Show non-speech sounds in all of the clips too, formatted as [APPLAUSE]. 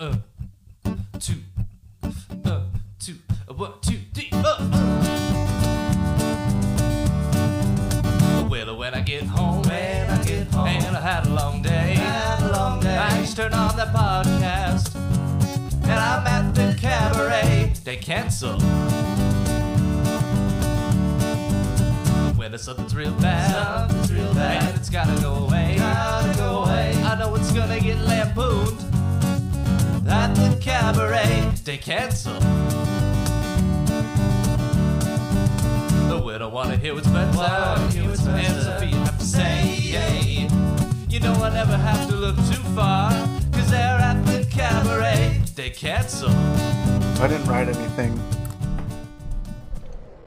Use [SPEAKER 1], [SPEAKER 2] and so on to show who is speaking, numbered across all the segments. [SPEAKER 1] uh, two, uh, two, uh, one, two, three, uh, uh. Well, uh, when I get home,
[SPEAKER 2] When I get home,
[SPEAKER 1] and I had a long day,
[SPEAKER 2] Had a long day.
[SPEAKER 1] I just turn on the podcast, and I'm at the cabaret. They cancel. Well, it's something's real bad,
[SPEAKER 2] Something's real bad.
[SPEAKER 1] and it's gotta go away.
[SPEAKER 2] Gotta go away.
[SPEAKER 1] I know it's gonna get lampooned at the cabaret. They cancel. No, we don't wanna hear what's better.
[SPEAKER 2] Wanna hear what's better.
[SPEAKER 1] And Sophia have to say, you know I never have to look too far, cause they're at the cabaret. They cancel.
[SPEAKER 3] I didn't write anything.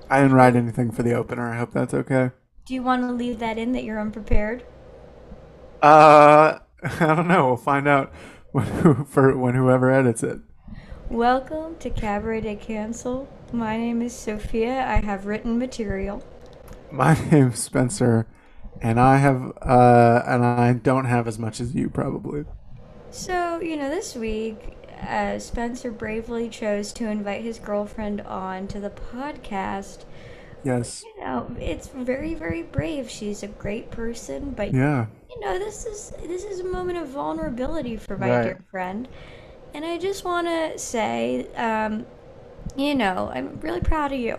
[SPEAKER 3] I didn't write anything for the opener. I hope that's okay.
[SPEAKER 4] Do you want to leave that in that you're unprepared?
[SPEAKER 3] Uh, [LAUGHS] I don't know. We'll find out when who, for when whoever edits it.
[SPEAKER 4] Welcome to Cabaret de Cancel. My name is Sophia. I have written material.
[SPEAKER 3] My [LAUGHS] name's Spencer, and I have uh, and I don't have as much as you probably.
[SPEAKER 4] So, you know, this week, uh, Spencer bravely chose to invite his girlfriend on to the podcast.
[SPEAKER 3] Yes.
[SPEAKER 4] You know, it's very, very brave. She's a great person, but
[SPEAKER 3] Yeah.
[SPEAKER 4] you know, this is this is a moment of vulnerability for my
[SPEAKER 3] Right.
[SPEAKER 4] dear friend. And I just want to say, um, you know, I'm really proud of you.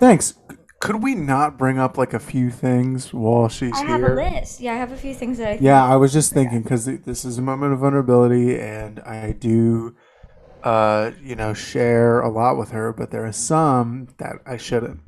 [SPEAKER 3] Thanks. C- Could we not bring up like a few things while she's
[SPEAKER 4] I
[SPEAKER 3] here?
[SPEAKER 4] have a list. Yeah, I have a few things that I
[SPEAKER 3] Yeah, I was just thinking because this is a moment of vulnerability, and I do, uh, you know, share a lot with her, but there are some that I shouldn't.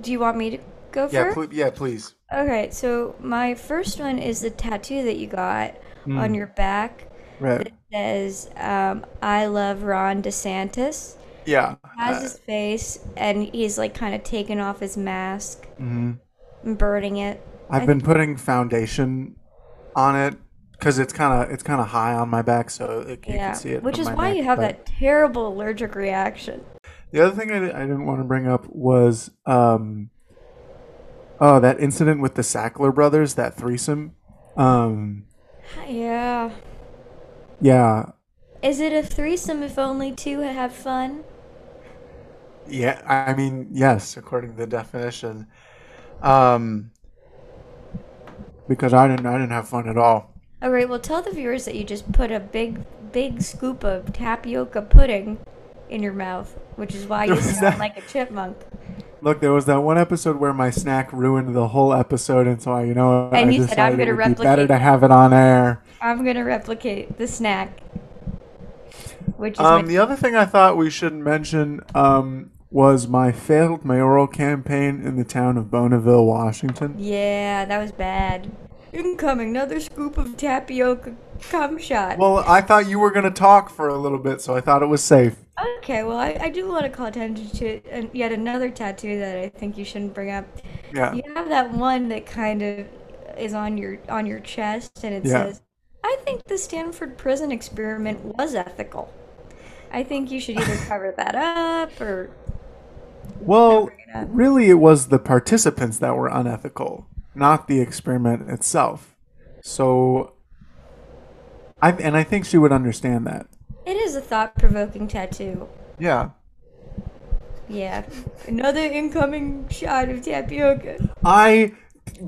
[SPEAKER 4] Do you want me to go
[SPEAKER 3] Yeah,
[SPEAKER 4] first?
[SPEAKER 3] pl- yeah, please.
[SPEAKER 4] okay, so my first one is the tattoo that you got
[SPEAKER 3] Hmm.
[SPEAKER 4] on your back
[SPEAKER 3] Right.
[SPEAKER 4] that says, um, I love Ron DeSantis.
[SPEAKER 3] Yeah.
[SPEAKER 4] Has
[SPEAKER 3] Uh,
[SPEAKER 4] his face, and he's like kind of taking off his mask
[SPEAKER 3] mhm.
[SPEAKER 4] and burning it.
[SPEAKER 3] I've been putting foundation on it because it's kind of it's kind of high on my back, so it, you
[SPEAKER 4] yeah,
[SPEAKER 3] can see it.
[SPEAKER 4] which
[SPEAKER 3] on
[SPEAKER 4] is
[SPEAKER 3] my
[SPEAKER 4] why
[SPEAKER 3] neck,
[SPEAKER 4] you have
[SPEAKER 3] but-
[SPEAKER 4] that terrible allergic reaction.
[SPEAKER 3] The other thing I, di- I didn't want to bring up was, um, oh, that incident with the Sackler brothers, that threesome. Um,
[SPEAKER 4] Yeah.
[SPEAKER 3] yeah,
[SPEAKER 4] Is it a threesome if only two have fun?
[SPEAKER 3] Yeah, I I mean, yes, according to the definition. Um, because I didn't, I didn't have fun at all.
[SPEAKER 4] All right, well, tell the viewers that you just put a big, big scoop of tapioca pudding in your mouth, which is
[SPEAKER 3] [LAUGHS]
[SPEAKER 4] why you sound like a chipmunk.
[SPEAKER 3] Look, there was that one episode where my snack ruined the whole episode, and so I, you know, what,
[SPEAKER 4] And
[SPEAKER 3] I
[SPEAKER 4] you said, "I'm
[SPEAKER 3] decided it
[SPEAKER 4] gonna
[SPEAKER 3] would be better
[SPEAKER 4] replicate
[SPEAKER 3] to
[SPEAKER 4] that."
[SPEAKER 3] have it on air.
[SPEAKER 4] I'm going to replicate the snack, which is
[SPEAKER 3] Um,
[SPEAKER 4] my-
[SPEAKER 3] the other thing I thought we should mention um, was my failed mayoral campaign in the town of Bonneville, Washington.
[SPEAKER 4] yeah, that was bad. Incoming, another scoop of tapioca cum shot.
[SPEAKER 3] Well, I thought you were gonna talk for a little bit, so I thought it was safe.
[SPEAKER 4] okay, well, I, I do want to call attention to an- yet another tattoo that I think you shouldn't bring up.
[SPEAKER 3] Yeah.
[SPEAKER 4] You have that one that kind of is on your on your chest, and it
[SPEAKER 3] Yeah.
[SPEAKER 4] says, "I think the Stanford prison experiment was ethical." I think you should
[SPEAKER 3] [LAUGHS]
[SPEAKER 4] either cover that up or
[SPEAKER 3] Well,
[SPEAKER 4] bring it up.
[SPEAKER 3] really, it was the participants that were unethical, not the experiment itself. So, I and I think she would understand that.
[SPEAKER 4] it is a thought-provoking tattoo.
[SPEAKER 3] Yeah,
[SPEAKER 4] Yeah, another incoming shot of tapioca.
[SPEAKER 3] I.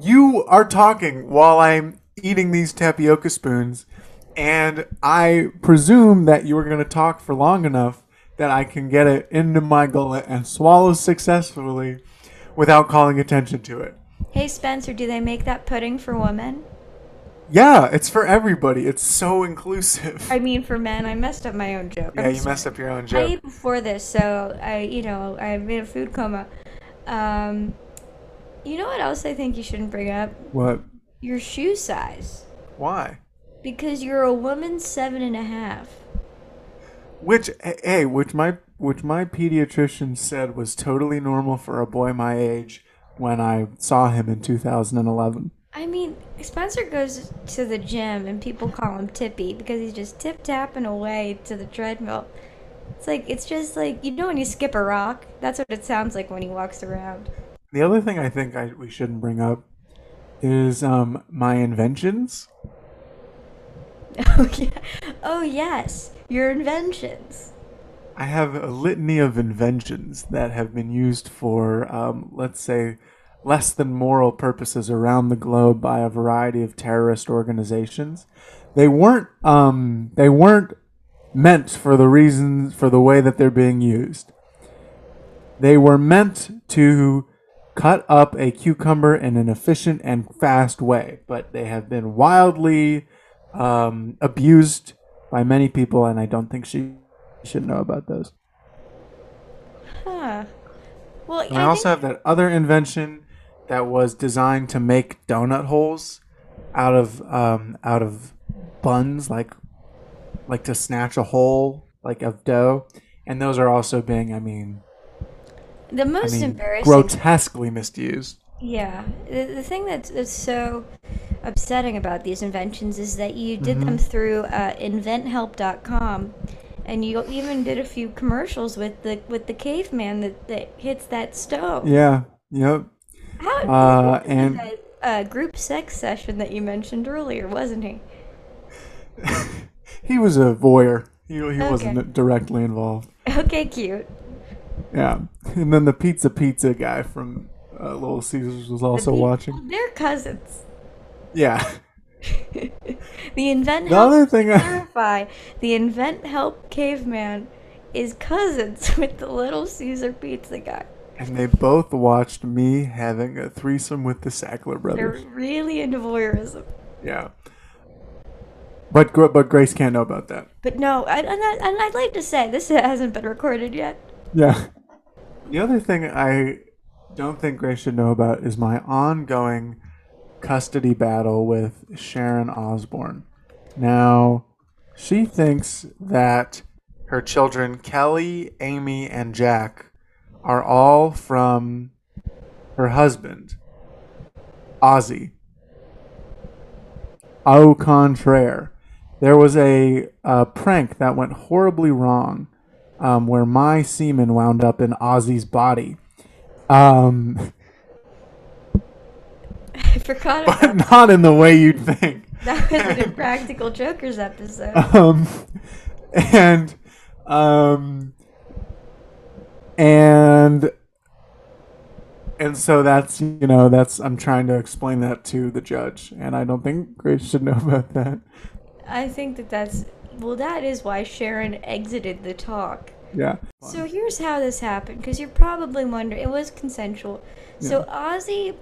[SPEAKER 3] You are talking while I'm eating these tapioca spoons, and I presume that you are going to talk for long enough that I can get it into my gullet and swallow successfully without calling attention to it.
[SPEAKER 4] Hey Spencer, do they make that pudding for women?
[SPEAKER 3] Yeah, it's for everybody. It's so inclusive.
[SPEAKER 4] I mean, for men. I messed up my own joke.
[SPEAKER 3] Yeah,
[SPEAKER 4] I'm
[SPEAKER 3] you
[SPEAKER 4] sorry.
[SPEAKER 3] messed up your own
[SPEAKER 4] I
[SPEAKER 3] joke.
[SPEAKER 4] ate before this, so I, you know, I'm in a food coma. Um, you know what else I think you shouldn't bring up?
[SPEAKER 3] What?
[SPEAKER 4] Your shoe size,
[SPEAKER 3] Why?
[SPEAKER 4] because you're a woman seven and a half.
[SPEAKER 3] Which, hey, which my which my pediatrician said was totally normal for a boy my age when I saw him in 2011.
[SPEAKER 4] I mean, Spencer goes to the gym and people call him Tippy because he's just tip tapping away to the treadmill. It's like it's just like you know when you skip a rock. That's what it sounds like when he walks around.
[SPEAKER 3] The other thing I think I, we shouldn't bring up is um my inventions.
[SPEAKER 4] [LAUGHS] Oh, yeah. oh yes, your inventions.
[SPEAKER 3] I have a litany of inventions that have been used for, um, let's say, less than moral purposes around the globe by a variety of terrorist organizations. They weren't. Um, they weren't meant for the reasons for the way that they're being used. They were meant to cut up a cucumber in an efficient and fast way, but they have been wildly um, abused by many people, and I don't think she should know about those.
[SPEAKER 4] Huh. Well,
[SPEAKER 3] And I also have that other invention that was designed to make donut holes out of um, out of buns, like like to snatch a hole like of dough, and those are also being, I mean,
[SPEAKER 4] the
[SPEAKER 3] I
[SPEAKER 4] most
[SPEAKER 3] mean
[SPEAKER 4] embarrassing.
[SPEAKER 3] grotesquely misused.
[SPEAKER 4] Yeah, the, the thing that's, that's so upsetting about these inventions is that you did
[SPEAKER 3] Mm-hmm.
[SPEAKER 4] them through uh, inventhelp.com, and you even did a few commercials with the with the caveman that, that hits that stone.
[SPEAKER 3] Yeah. Yep.
[SPEAKER 4] How
[SPEAKER 3] Uh,
[SPEAKER 4] what was in
[SPEAKER 3] and-
[SPEAKER 4] that, uh, group sex session that you mentioned earlier, wasn't he? [LAUGHS]
[SPEAKER 3] He was a voyeur. He, he
[SPEAKER 4] Okay.
[SPEAKER 3] wasn't directly involved.
[SPEAKER 4] Okay, cute.
[SPEAKER 3] Yeah. And then the pizza pizza guy from uh, Little Caesars was also
[SPEAKER 4] The-
[SPEAKER 3] watching.
[SPEAKER 4] They're cousins. [LAUGHS]
[SPEAKER 3] Yeah.
[SPEAKER 4] The invent
[SPEAKER 3] The
[SPEAKER 4] help
[SPEAKER 3] other thing [LAUGHS] I,
[SPEAKER 4] clarify the invent help caveman is cousins [LAUGHS] with the little Caesar pizza guy.
[SPEAKER 3] And they both watched me having a threesome with the Sackler
[SPEAKER 4] They're
[SPEAKER 3] brothers.
[SPEAKER 4] really into voyeurism.
[SPEAKER 3] Yeah. But Gr- but Grace can't know about that.
[SPEAKER 4] But no, I, and, I, and I'd like to say this hasn't been recorded yet. [LAUGHS]
[SPEAKER 3] Yeah. The other thing I don't think Grace should know about is my ongoing custody battle with Sharon Osborne. Now, she thinks that her children, Kelly, Amy, and Jack, are all from her husband, Ozzy. Au contraire. There was a, uh prank that went horribly wrong um, where my semen wound up in Ozzy's body. Um, [LAUGHS]
[SPEAKER 4] I forgot
[SPEAKER 3] [LAUGHS]
[SPEAKER 4] about
[SPEAKER 3] not in the way you'd think.
[SPEAKER 4] that was an Impractical Jokers episode.
[SPEAKER 3] Um, and um, and and so that's you know that's I'm trying to explain that to the judge, and I don't think Grace should know [LAUGHS] about that.
[SPEAKER 4] I think that that's well, that is why Sharon exited the talk.
[SPEAKER 3] Yeah.
[SPEAKER 4] So here's how this happened, because you're probably wondering. It was consensual. So Ozzy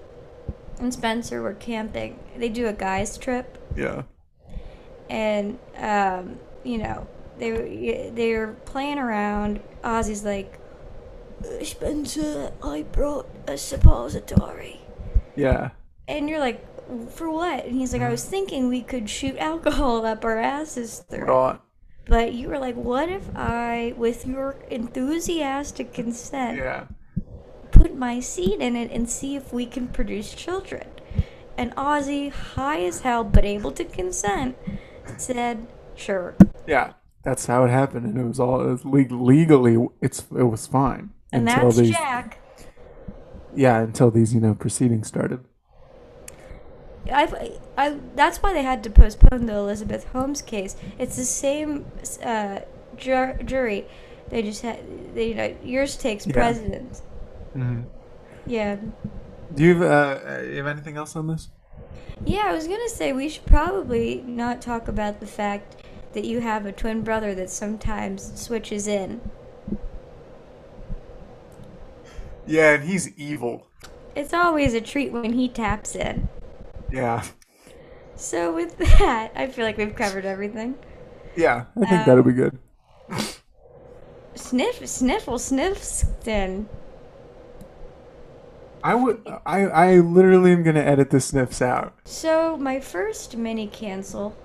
[SPEAKER 4] and Spencer were camping. They do a guys trip,
[SPEAKER 3] Yeah.
[SPEAKER 4] and um, you know they were- they were playing around. Ozzy's like, Spencer, I brought a suppository,
[SPEAKER 3] Yeah.
[SPEAKER 4] and you're like, for what? And he's like, I was thinking we could shoot alcohol up our asses through. it."
[SPEAKER 3] Right.
[SPEAKER 4] But you were like, what if I, with your enthusiastic consent,
[SPEAKER 3] Yeah.
[SPEAKER 4] put my seed in it and see if we can produce children? And Ozzy, high as hell but able to consent, said, sure.
[SPEAKER 3] Yeah. That's how it happened, and it was all it was leg- legally. It's it was fine
[SPEAKER 4] And
[SPEAKER 3] until
[SPEAKER 4] that's
[SPEAKER 3] these
[SPEAKER 4] Jack.
[SPEAKER 3] yeah until these you know proceedings started.
[SPEAKER 4] I've, I, that's why they had to postpone the Elizabeth Holmes case. It's the same uh, jur- jury. They just had, they, you know, yours takes
[SPEAKER 3] Yeah.
[SPEAKER 4] precedence. Yeah.
[SPEAKER 3] Mm-hmm. Do you have, uh, you have anything else on this?
[SPEAKER 4] Yeah, I was gonna say we should probably not talk about the fact that you have a twin brother that sometimes switches in.
[SPEAKER 3] Yeah, and he's evil.
[SPEAKER 4] It's always a treat when he taps in.
[SPEAKER 3] Yeah.
[SPEAKER 4] So with [LAUGHS] that, I feel like we've covered everything.
[SPEAKER 3] Yeah, I think that'll be good.
[SPEAKER 4] Sniff, sniffle, sniffs. Then
[SPEAKER 3] I would. I. I literally am gonna edit the sniffs out.
[SPEAKER 4] So my first mini cancel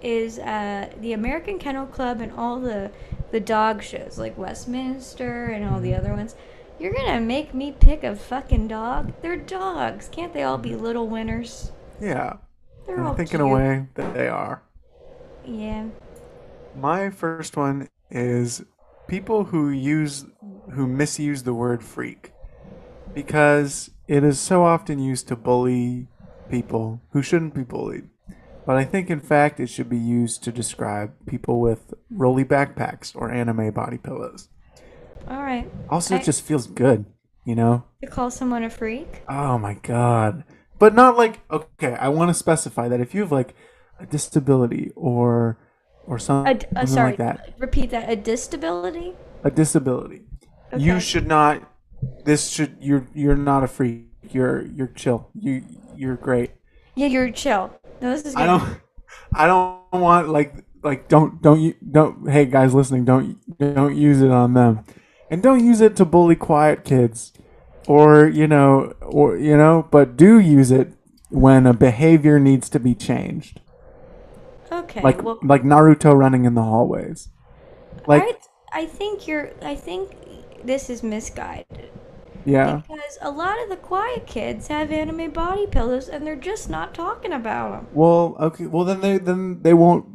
[SPEAKER 4] is uh, the American Kennel Club and all the the dog shows like Westminster and all
[SPEAKER 3] Mm-hmm.
[SPEAKER 4] the other ones. You're gonna make me pick a fucking dog? They're dogs. Can't they all be
[SPEAKER 3] Mm-hmm.
[SPEAKER 4] little winners?
[SPEAKER 3] Yeah.
[SPEAKER 4] They're
[SPEAKER 3] I
[SPEAKER 4] all
[SPEAKER 3] think in
[SPEAKER 4] cute.
[SPEAKER 3] a way that they are.
[SPEAKER 4] Yeah.
[SPEAKER 3] My first one is people who use who misuse the word freak because it is so often used to bully people who shouldn't be bullied. but I think in fact it should be used to describe people with rolly backpacks or anime body pillows.
[SPEAKER 4] All right.
[SPEAKER 3] Also,
[SPEAKER 4] I-
[SPEAKER 3] it just feels good, you know?
[SPEAKER 4] To call someone a freak?
[SPEAKER 3] Oh my god. But not like okay, I want to specify that if you have like a disability or or some- Oh,
[SPEAKER 4] A,
[SPEAKER 3] something
[SPEAKER 4] uh, sorry.
[SPEAKER 3] like that,
[SPEAKER 4] Repeat that. A disability?
[SPEAKER 3] a disability, you
[SPEAKER 4] Okay.
[SPEAKER 3] should not this should you're you're not a freak. You're you're chill. You you're great.
[SPEAKER 4] Yeah, you're chill. No, this is good.
[SPEAKER 3] I don't I don't want like like don't don't you don't hey guys listening, don't don't use it on them. And don't use it to bully quiet kids or you know or you know, but do use it when a behavior needs to be changed.
[SPEAKER 4] okay.
[SPEAKER 3] Like
[SPEAKER 4] well,
[SPEAKER 3] like Naruto running in the hallways. Like
[SPEAKER 4] I, I think you're. I think this is misguided
[SPEAKER 3] yeah.
[SPEAKER 4] because a lot of the quiet kids have anime body pillows and they're just not talking about them.
[SPEAKER 3] Well, okay. Well, then they then they won't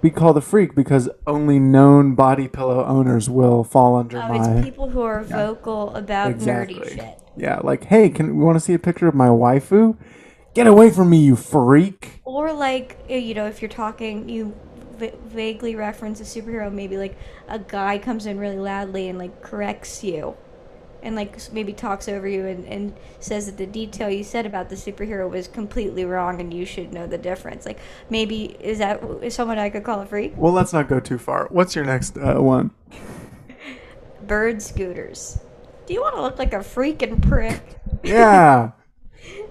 [SPEAKER 3] be called a freak because only known body pillow owners will fall under
[SPEAKER 4] Oh,
[SPEAKER 3] my
[SPEAKER 4] it's people who are vocal about nerdy shit.
[SPEAKER 3] Yeah, like, hey, can we want to see a picture of my waifu? Get away from me, you freak!
[SPEAKER 4] Or like eh, you know, if you're talking, you v- vaguely reference a superhero. Maybe like a guy comes in really loudly and like corrects you, and like s- maybe talks over you and, and says that the detail you said about the superhero was completely wrong and you should know the difference. Like maybe is that is someone I could call a freak?
[SPEAKER 3] Well, let's not go too far. What's your next uh, one?
[SPEAKER 4] Bird scooters. Do you want to look like a freaking prick? [LAUGHS]
[SPEAKER 3] Yeah,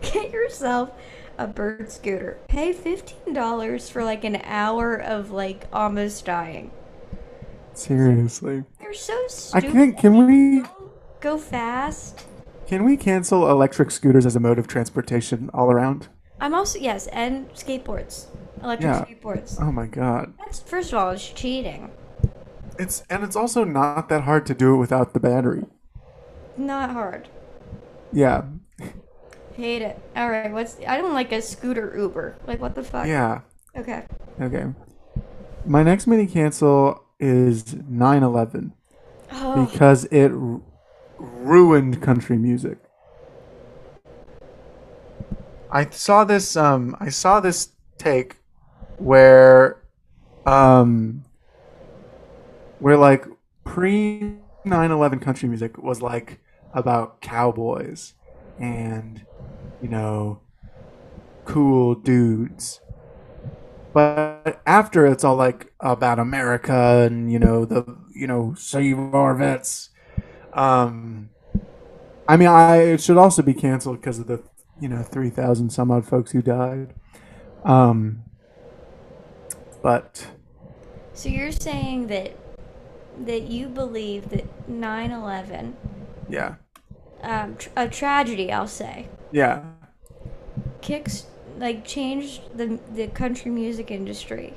[SPEAKER 4] Get yourself a bird scooter. Pay fifteen dollars for like an hour of like almost dying.
[SPEAKER 3] [LAUGHS] seriously.
[SPEAKER 4] They're so
[SPEAKER 3] I
[SPEAKER 4] stupid.
[SPEAKER 3] think can we
[SPEAKER 4] Go fast.
[SPEAKER 3] can we cancel electric scooters as a mode of transportation all around?
[SPEAKER 4] I'm also yes, and skateboards, electric
[SPEAKER 3] Yeah.
[SPEAKER 4] skateboards.
[SPEAKER 3] Oh my god,
[SPEAKER 4] That's first of all, it's cheating.
[SPEAKER 3] it's and it's also not that hard to do it without the battery.
[SPEAKER 4] Not hard.
[SPEAKER 3] Yeah,
[SPEAKER 4] Hate it. All right, what's I don't like a scooter Uber. Like what the fuck?
[SPEAKER 3] yeah.
[SPEAKER 4] Okay.
[SPEAKER 3] Okay. My next mini cancel is 9/11
[SPEAKER 4] Oh,
[SPEAKER 3] because it r- ruined country music. I saw this um I saw this take where um where like pre 9/11 country music was like about cowboys and you know cool dudes. But after it's all like about America and you know the you know save our vets. Um, I mean, I it should also be canceled because of the you know three thousand some odd folks who died. Um, but
[SPEAKER 4] so you're saying that that you believe that 9/11,
[SPEAKER 3] yeah,
[SPEAKER 4] um, tr- a tragedy, I'll say,
[SPEAKER 3] yeah,
[SPEAKER 4] kicks like changed the the country music industry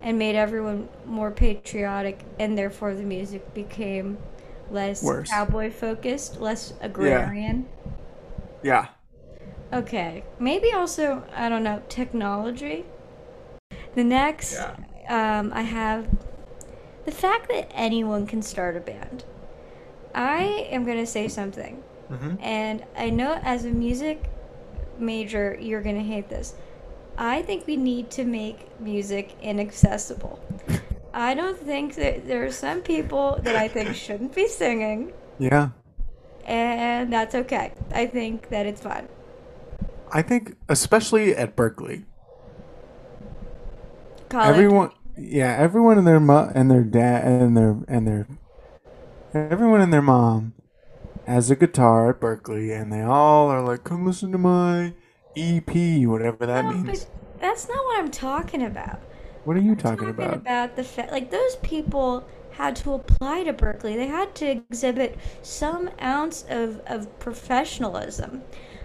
[SPEAKER 4] and made everyone more patriotic and therefore the music became less
[SPEAKER 3] Worse.
[SPEAKER 4] cowboy focused, less agrarian.
[SPEAKER 3] yeah.
[SPEAKER 4] Okay. Maybe also, I don't know, technology. The next um I have the fact that anyone can start a band. I am going to say something. And I know as a music major, you're going to hate this. I think we need to make music inaccessible. I don't think that there are some people that I think shouldn't be singing,
[SPEAKER 3] Yeah,
[SPEAKER 4] and that's okay. I think that it's fine.
[SPEAKER 3] I think especially at Berkeley,
[SPEAKER 4] College.
[SPEAKER 3] everyone, yeah, everyone and their mo- and their dad and their and their everyone and their mom has a guitar at Berkeley, and they all are like, "Come listen to my EP, whatever that
[SPEAKER 4] No,
[SPEAKER 3] means."
[SPEAKER 4] but that's not what I'm talking about.
[SPEAKER 3] What are you talking
[SPEAKER 4] talking
[SPEAKER 3] about?
[SPEAKER 4] about the fact like those people had to apply to Berkeley. They had to exhibit some ounce of, of professionalism.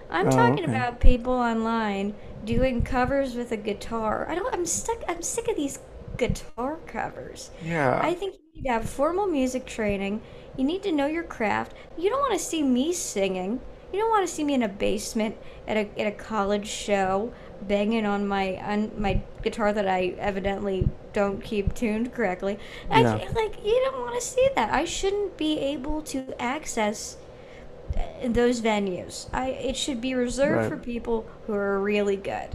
[SPEAKER 4] I'm
[SPEAKER 3] Oh,
[SPEAKER 4] talking
[SPEAKER 3] okay.
[SPEAKER 4] about people online doing covers with a guitar. I don't I'm stuck I'm sick of these guitar covers.
[SPEAKER 3] Yeah.
[SPEAKER 4] I think you need to have formal music training. You need to know your craft. You don't want to see me singing. You don't want to see me in a basement at a, at a college show banging on my on my guitar that I evidently don't keep tuned correctly. I
[SPEAKER 3] Yeah.
[SPEAKER 4] feel like you don't want to see that. I shouldn't be able to access uh, those venues. I it should be
[SPEAKER 3] Right.
[SPEAKER 4] reserved for people who are really good.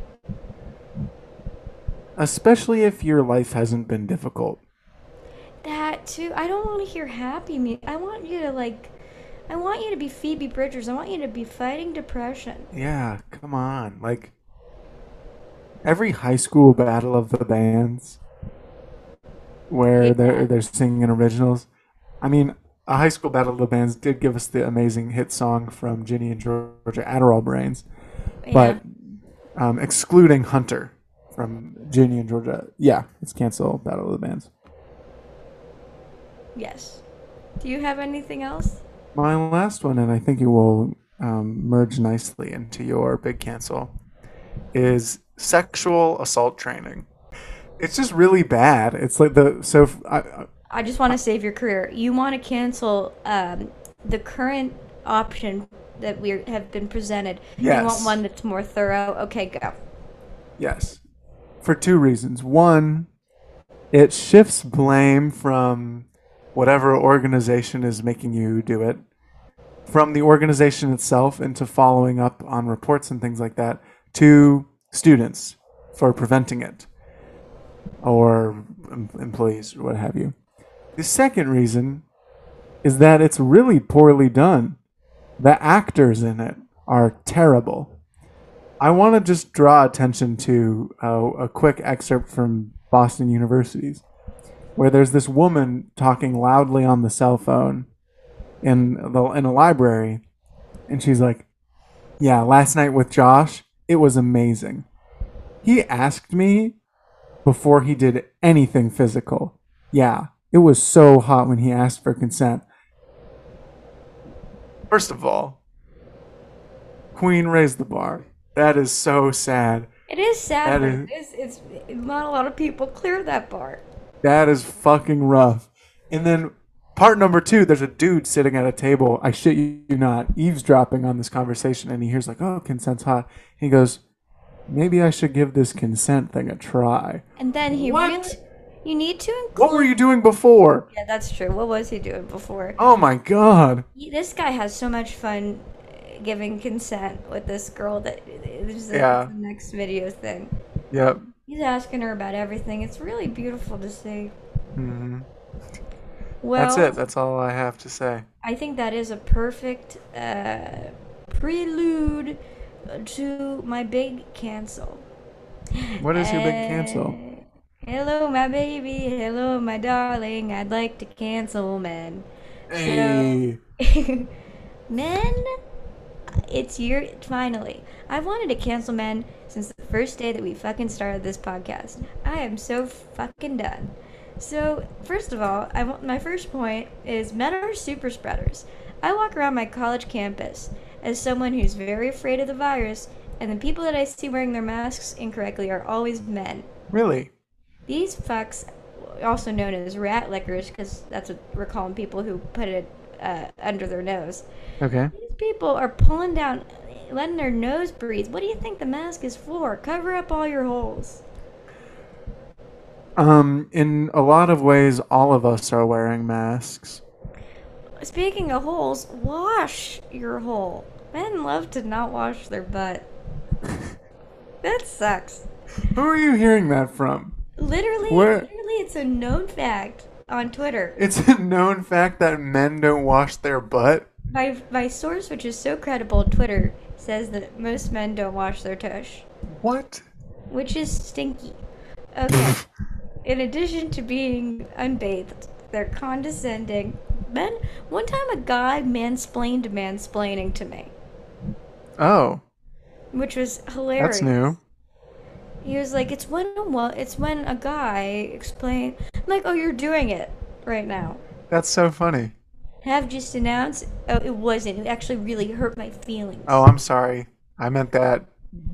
[SPEAKER 3] especially if your life hasn't been difficult.
[SPEAKER 4] That too. I don't want to hear happy music. I want you to like. I want you to be Phoebe Bridgers. I want you to be fighting depression.
[SPEAKER 3] Yeah, come on. Like every high school battle of the bands where they're they're singing originals. I mean, a high school battle of the bands did give us the amazing hit song from Ginny and Georgia Adderall Brains,
[SPEAKER 4] Yeah.
[SPEAKER 3] but um, excluding Hunter from Ginny and Georgia, yeah, it's cancel battle of the bands.
[SPEAKER 4] Yes. Do you have anything else?
[SPEAKER 3] My last one, and I think it will um, merge nicely into your big cancel, is sexual assault training. It's just really bad. It's like the so f- I, I-
[SPEAKER 4] I just want to save your career. You want to cancel um, the current option that we have been presented. You
[SPEAKER 3] Yes.
[SPEAKER 4] want one that's more thorough. Okay, go.
[SPEAKER 3] yes, for two reasons. One, it shifts blame from whatever organization is making you do it from the organization itself into following up on reports and things like that to students for preventing it or em- employees or what have you. The second reason is that it's really poorly done. The actors in it are terrible. I want to just draw attention to uh, a quick excerpt from Boston University's where there's this woman talking loudly on the cell phone in the in a library, and she's like, "Yeah, last night with Josh, it was amazing. He asked me before he did anything physical. Yeah, it was so hot when he asked for consent. First of all, Queen raised the bar. That is so sad.
[SPEAKER 4] It is sad.
[SPEAKER 3] That
[SPEAKER 4] but It is, it's not a lot of people clear that bar.
[SPEAKER 3] That is fucking rough. And then part number two, there's a dude sitting at a table. I shit you not, eavesdropping on this conversation, and he hears like, "Oh, consent's hot." He goes, "Maybe I should give this consent thing a try."
[SPEAKER 4] And then he
[SPEAKER 3] What?
[SPEAKER 4] really. You need to include.
[SPEAKER 3] What were you doing before?
[SPEAKER 4] Yeah, that's true. What was he doing before?
[SPEAKER 3] Oh my god.
[SPEAKER 4] He- This guy has so much fun uh, giving consent with this girl that uh, this is the-
[SPEAKER 3] Yeah.
[SPEAKER 4] the next video thing.
[SPEAKER 3] Yep.
[SPEAKER 4] He's asking her about everything. It's really beautiful to see.
[SPEAKER 3] hmm
[SPEAKER 4] Well,
[SPEAKER 3] That's it. That's all I have to say.
[SPEAKER 4] I think that is a perfect uh, prelude to my big cancel.
[SPEAKER 3] What is your big cancel?
[SPEAKER 4] Uh, Hello, my baby. Hello, my darling. I'd like to cancel men.
[SPEAKER 3] Hey.
[SPEAKER 4] [LAUGHS] men, it's your finally. I've wanted to cancel men since the first day that we fucking started this podcast. I am so fucking done. So first of all, I want my first point is men are super spreaders. I walk around my college campus as someone who's very afraid of the virus, and the people that I see wearing their masks incorrectly are always men.
[SPEAKER 3] Really?
[SPEAKER 4] These fucks, also known as rat lickers, because that's what we're calling people who put it uh, under their nose.
[SPEAKER 3] Okay.
[SPEAKER 4] These people are pulling down, letting their nose breathe. What do you think the mask is for? Cover up all your holes.
[SPEAKER 3] Um, in a lot of ways, all of us are wearing masks.
[SPEAKER 4] Speaking of holes, wash your hole. Men love to not wash their butt. [LAUGHS] that sucks.
[SPEAKER 3] Who are you hearing that from?
[SPEAKER 4] Literally,
[SPEAKER 3] Where-
[SPEAKER 4] literally, it's a known fact on Twitter
[SPEAKER 3] It's a known fact that men don't wash their butt.
[SPEAKER 4] My my source, which is so credible, Twitter says that most men don't wash their tush,
[SPEAKER 3] What?
[SPEAKER 4] which is stinky. Okay. In addition to being unbathed, they're condescending. Men, one time a guy mansplained mansplaining to me,
[SPEAKER 3] Oh,
[SPEAKER 4] which was hilarious.
[SPEAKER 3] that's new.
[SPEAKER 4] He was like, "It's when a wo- it's when a guy explain." I'm like, "Oh, you're doing it right now."
[SPEAKER 3] That's so funny.
[SPEAKER 4] Have just announced. Oh, it wasn't. It actually really hurt my feelings.
[SPEAKER 3] Oh, I'm sorry. I meant that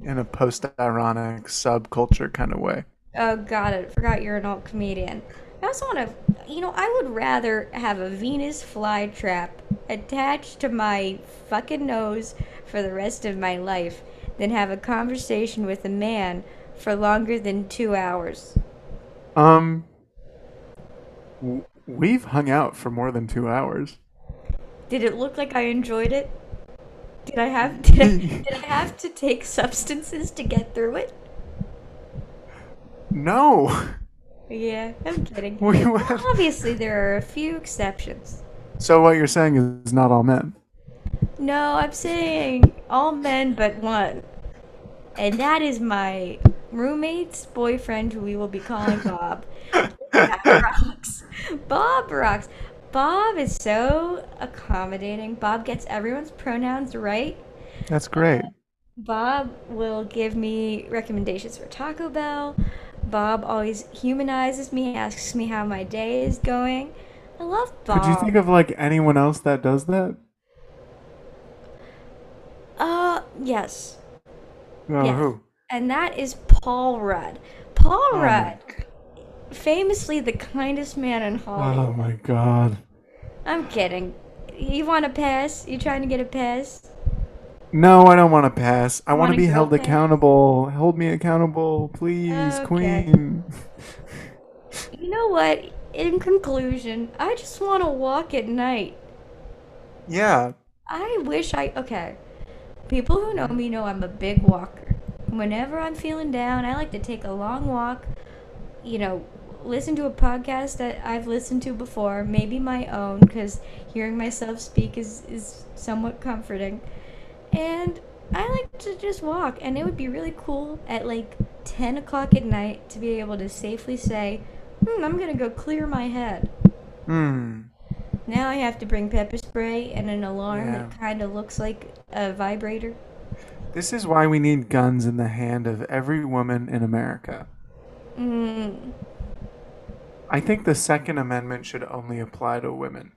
[SPEAKER 3] in a post ironic subculture kind of way.
[SPEAKER 4] Oh god, I forgot you're an alt comedian. I also want to, you know, I would rather have a Venus flytrap attached to my fucking nose for the rest of my life than have a conversation with a man for longer than two hours.
[SPEAKER 3] Um, w- we've hung out for more than two hours.
[SPEAKER 4] Did it look like I enjoyed it? Did I have [LAUGHS] did I, did I have to take substances to get through it?
[SPEAKER 3] No. [LAUGHS]
[SPEAKER 4] Yeah, I'm kidding.
[SPEAKER 3] We went-
[SPEAKER 4] Obviously, there are a few exceptions.
[SPEAKER 3] So what you're saying is it's not all men.
[SPEAKER 4] No, I'm saying all men but one. And that is my roommate's boyfriend, who we will be calling
[SPEAKER 3] [LAUGHS]
[SPEAKER 4] Bob. Bob rocks. Bob rocks. Bob is so accommodating. Bob gets everyone's pronouns right.
[SPEAKER 3] That's great.
[SPEAKER 4] Bob will give me recommendations for Taco Bell. Bob always humanizes me, asks me how my day is going. I love Bob.
[SPEAKER 3] Could you think of like anyone else that does that?
[SPEAKER 4] uh, yes.
[SPEAKER 3] No,
[SPEAKER 4] Yeah.
[SPEAKER 3] Oh, who?
[SPEAKER 4] and that is Paul Rudd. Paul
[SPEAKER 3] my
[SPEAKER 4] Rudd, famously the kindest man in Hollywood.
[SPEAKER 3] Oh my god.
[SPEAKER 4] I'm kidding. You want a pass? You trying to get a pass?
[SPEAKER 3] No, I don't want to pass. I want
[SPEAKER 4] Want
[SPEAKER 3] to
[SPEAKER 4] a
[SPEAKER 3] be
[SPEAKER 4] girl
[SPEAKER 3] held
[SPEAKER 4] pass?
[SPEAKER 3] accountable. Hold me accountable, please,
[SPEAKER 4] Okay.
[SPEAKER 3] queen. [LAUGHS]
[SPEAKER 4] You know what? In conclusion, I just want to walk at night.
[SPEAKER 3] Yeah.
[SPEAKER 4] I wish I. Okay. People who know me know I'm a big walker. Whenever I'm feeling down, I like to take a long walk, you know, listen to a podcast that I've listened to before, maybe my own, because hearing myself speak is, is somewhat comforting. And I like to just walk, and it would be really cool at like 10 o'clock at night to be able to safely say, hmm, I'm gonna go clear my head.
[SPEAKER 3] Hmm.
[SPEAKER 4] Now I have to bring pepper spray and an alarm
[SPEAKER 3] Yeah.
[SPEAKER 4] that kind of looks like a vibrator.
[SPEAKER 3] This is why we need guns in the hand of every woman in America.
[SPEAKER 4] Mm,
[SPEAKER 3] I think the Second Amendment should only apply to women.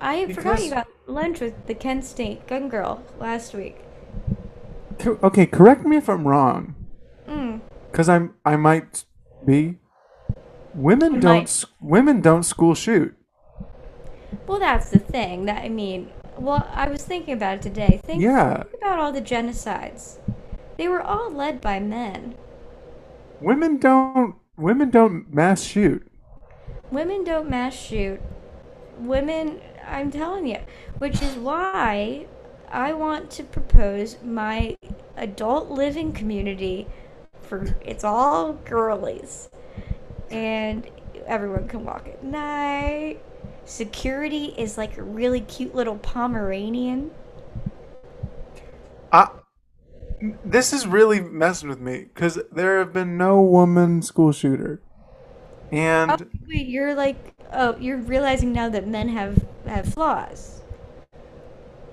[SPEAKER 4] I forgot
[SPEAKER 3] Because-
[SPEAKER 4] you got lunch with the Kent State gun girl last week.
[SPEAKER 3] Co- Okay, correct me if I'm wrong,
[SPEAKER 4] Mm,
[SPEAKER 3] because I'm I might be. Women
[SPEAKER 4] You
[SPEAKER 3] don't
[SPEAKER 4] might.
[SPEAKER 3] s women don't school shoot.
[SPEAKER 4] well, that's the thing. That I mean, well, I was thinking about it today. Think,
[SPEAKER 3] Yeah,
[SPEAKER 4] think about all the genocides. They were all led by men.
[SPEAKER 3] women don't women don't mass shoot.
[SPEAKER 4] Women don't mass shoot. Women, I'm telling you, which is why I want to propose my adult living community for it's all girlies. And everyone can walk at night. Security is like a really cute little Pomeranian.
[SPEAKER 3] I, this is really messing with me because there have been no woman school shooter, and
[SPEAKER 4] Oh, wait, you're like, oh, you're realizing now that men have have flaws.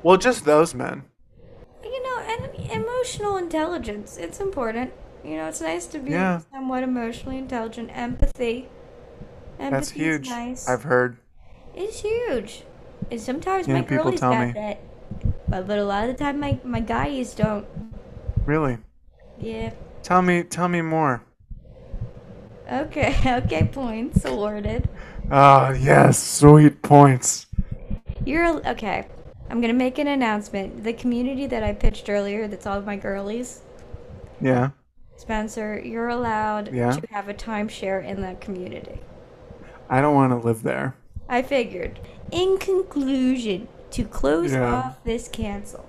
[SPEAKER 3] well, just those men.
[SPEAKER 4] you know, and emotional intelligence. It's important. You know, it's nice to be
[SPEAKER 3] Yeah.
[SPEAKER 4] somewhat emotionally intelligent. Empathy. Empathy
[SPEAKER 3] That's huge.
[SPEAKER 4] Is nice.
[SPEAKER 3] I've heard.
[SPEAKER 4] It's huge. And sometimes
[SPEAKER 3] Yeah,
[SPEAKER 4] my
[SPEAKER 3] people
[SPEAKER 4] girlies
[SPEAKER 3] tell
[SPEAKER 4] got
[SPEAKER 3] me.
[SPEAKER 4] that, but, but a lot of the time my my guys don't.
[SPEAKER 3] Really,
[SPEAKER 4] Yeah.
[SPEAKER 3] tell me, tell me more.
[SPEAKER 4] Okay. [LAUGHS] Okay. Points awarded.
[SPEAKER 3] Ah, yes, sweet points.
[SPEAKER 4] You're a- okay. I'm gonna make an announcement. The community that I pitched earlier, that's all of my girlies.
[SPEAKER 3] Yeah.
[SPEAKER 4] Spencer, you're allowed
[SPEAKER 3] Yeah.
[SPEAKER 4] to have a timeshare in that community.
[SPEAKER 3] I don't want to live there.
[SPEAKER 4] I figured. In conclusion, to close
[SPEAKER 3] Yeah.
[SPEAKER 4] off this cancel,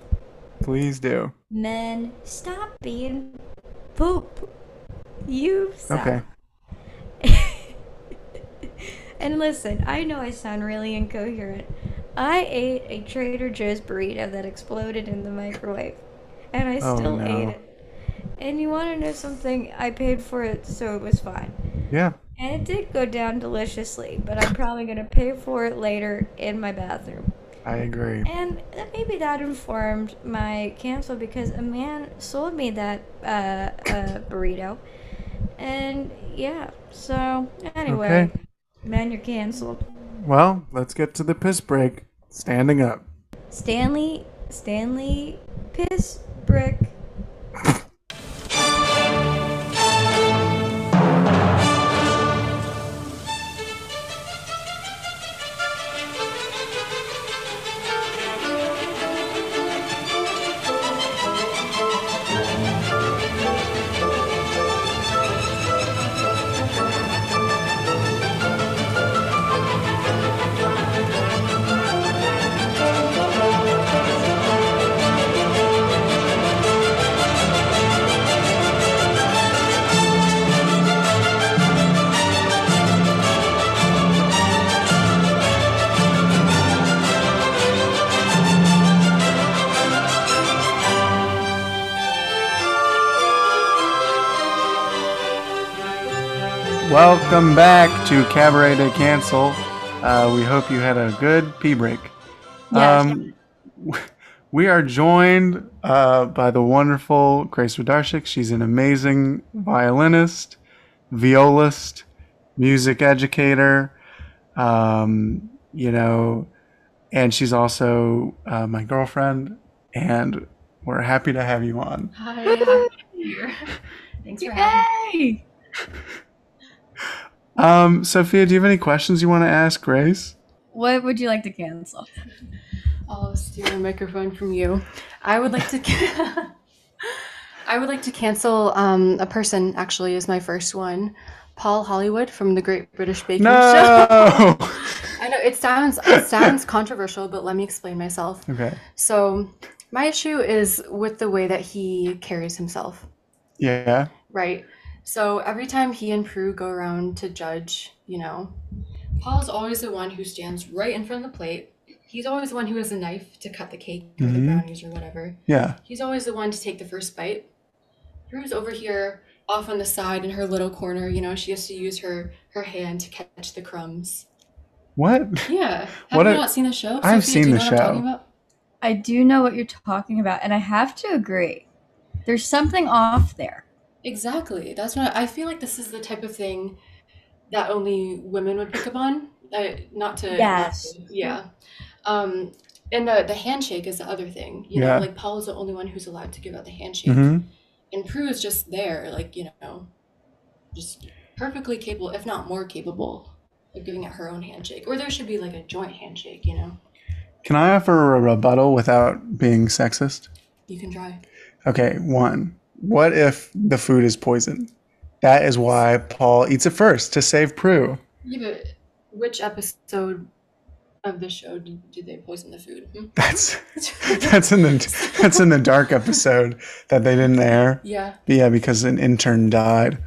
[SPEAKER 3] Please do.
[SPEAKER 4] men, stop being poop. You suck.
[SPEAKER 3] Okay.
[SPEAKER 4] [LAUGHS] And listen, I know I sound really incoherent. I ate a Trader Joe's burrito that exploded in the microwave, and I
[SPEAKER 3] Oh,
[SPEAKER 4] still ate
[SPEAKER 3] no.
[SPEAKER 4] it. And you want to know something? I paid for it, so it was fine.
[SPEAKER 3] Yeah.
[SPEAKER 4] And it did go down deliciously, but I'm probably going to pay for it later in my bathroom.
[SPEAKER 3] I agree.
[SPEAKER 4] And that- maybe that informed my cancel because a man sold me that uh, uh, burrito. And yeah, so anyway,
[SPEAKER 3] Okay.
[SPEAKER 4] man, you're canceled.
[SPEAKER 3] Well, let's get to the piss break. Standing up.
[SPEAKER 4] Stanley, Stanley, piss brick.
[SPEAKER 3] Welcome back to Cabaret de Cancel. Uh, we hope you had a good pee break. Um,
[SPEAKER 5] Yeah,
[SPEAKER 3] [LAUGHS] we are joined uh, by the wonderful Grace Radarchik. She's an amazing violinist, violist, music educator, um, you know, and she's also uh, my girlfriend. And we're happy to have you on.
[SPEAKER 6] Hi, happy to be here. Thanks for having
[SPEAKER 5] Yay!
[SPEAKER 3] Um, Sophia, do you have any questions you want to ask Grace?
[SPEAKER 4] What would you like to cancel?
[SPEAKER 6] me. I'll steal the microphone from you. I would like to. ca- [LAUGHS] I would like to cancel um, a person. Actually, is my first one, Paul Hollywood from the Great British
[SPEAKER 3] [LAUGHS]
[SPEAKER 6] Baking Show.
[SPEAKER 3] No.
[SPEAKER 6] I know it sounds it sounds controversial, but let me explain myself.
[SPEAKER 3] okay.
[SPEAKER 6] So, my issue is with the way that he carries himself.
[SPEAKER 3] Yeah.
[SPEAKER 6] Right. So every time he and Prue go around to judge, you know, Paul's always the one who stands right in front of the plate. He's always the one who has the knife to cut the cake or the
[SPEAKER 3] Mhm.
[SPEAKER 6] brownies or whatever.
[SPEAKER 3] Yeah.
[SPEAKER 6] He's always the one to take the first bite. Prue's over here off on the side in her little corner, you know, she has to use her her hand to catch the crumbs.
[SPEAKER 3] What?
[SPEAKER 6] Yeah. Have
[SPEAKER 3] What
[SPEAKER 6] you
[SPEAKER 3] a-
[SPEAKER 6] not seen the show?
[SPEAKER 3] I've
[SPEAKER 6] Sophie? Do
[SPEAKER 3] seen the
[SPEAKER 6] you know what I'm talking
[SPEAKER 3] show.
[SPEAKER 6] about?
[SPEAKER 4] I do know what you're talking about, and I have to agree. There's something off there.
[SPEAKER 6] Exactly. That's what I, I feel like this is the type of thing that only women would pick up on. I, not to, not
[SPEAKER 4] Yes.
[SPEAKER 6] to- yeah. Um, and the, the handshake is the other thing. You
[SPEAKER 3] Yeah.
[SPEAKER 6] know, like Paul is the only one who's allowed to give out the handshake.
[SPEAKER 3] hmm
[SPEAKER 6] And Prue is just there, like, you know, just perfectly capable, if not more capable, of giving out her own handshake. Or there should be like a joint handshake, you know?
[SPEAKER 3] Can I offer a rebuttal without being sexist?
[SPEAKER 6] You can try.
[SPEAKER 3] Okay, one. What if the food is poison? That is why Paul eats it first to save Prue.
[SPEAKER 6] Yeah, but which episode of the show did, did they poison the food? Hmm?
[SPEAKER 3] That's [LAUGHS] that's in the that's in the dark episode that they didn't air.
[SPEAKER 6] Yeah.
[SPEAKER 3] Yeah, because an intern died.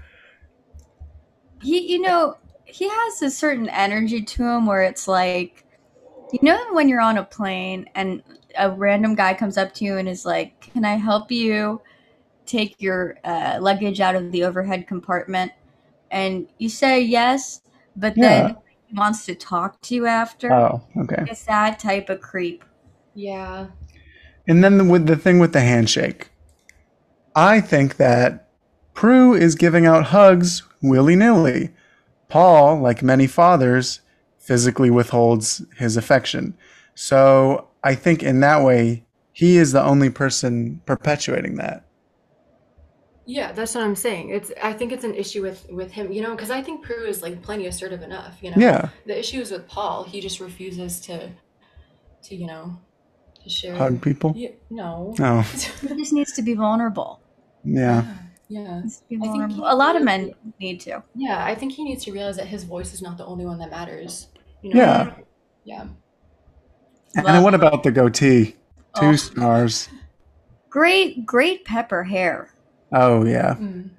[SPEAKER 4] He, you know, he has a certain energy to him where it's like, you know, when you're on a plane and a random guy comes up to you and is like, "Can I help you take your uh, luggage out of the overhead compartment?" And you say yes, but
[SPEAKER 3] Yeah.
[SPEAKER 4] then he wants to talk to you after.
[SPEAKER 3] Oh, okay.
[SPEAKER 4] It's that type of creep.
[SPEAKER 6] Yeah.
[SPEAKER 3] And then the, with the thing with the handshake, I think that Prue is giving out hugs willy nilly. Paul, like many fathers, physically withholds his affection. So I think in that way, he is the only person perpetuating that.
[SPEAKER 6] Yeah, that's what I'm saying. It's I think it's an issue with with him, you know, because I think Prue is like plenty assertive enough, you know.
[SPEAKER 3] Yeah,
[SPEAKER 6] The issue is with Paul. He just refuses to, to you know, to share.
[SPEAKER 3] hug people.
[SPEAKER 6] Yeah, no.
[SPEAKER 3] Oh,
[SPEAKER 4] He just needs to be vulnerable.
[SPEAKER 3] yeah.
[SPEAKER 6] [LAUGHS] yeah.
[SPEAKER 4] Needs to be
[SPEAKER 6] I think
[SPEAKER 4] vulnerable.
[SPEAKER 6] he
[SPEAKER 4] A lot of
[SPEAKER 6] needs
[SPEAKER 4] men need to.
[SPEAKER 6] Yeah, I think he needs to realize that his voice is not the only one that matters. You know?
[SPEAKER 3] Yeah.
[SPEAKER 6] Yeah.
[SPEAKER 3] And then what about the goatee?
[SPEAKER 4] Oh.
[SPEAKER 3] Two stars.
[SPEAKER 4] Great, great pepper hair.
[SPEAKER 3] Oh, yeah.
[SPEAKER 6] Mm.
[SPEAKER 4] guess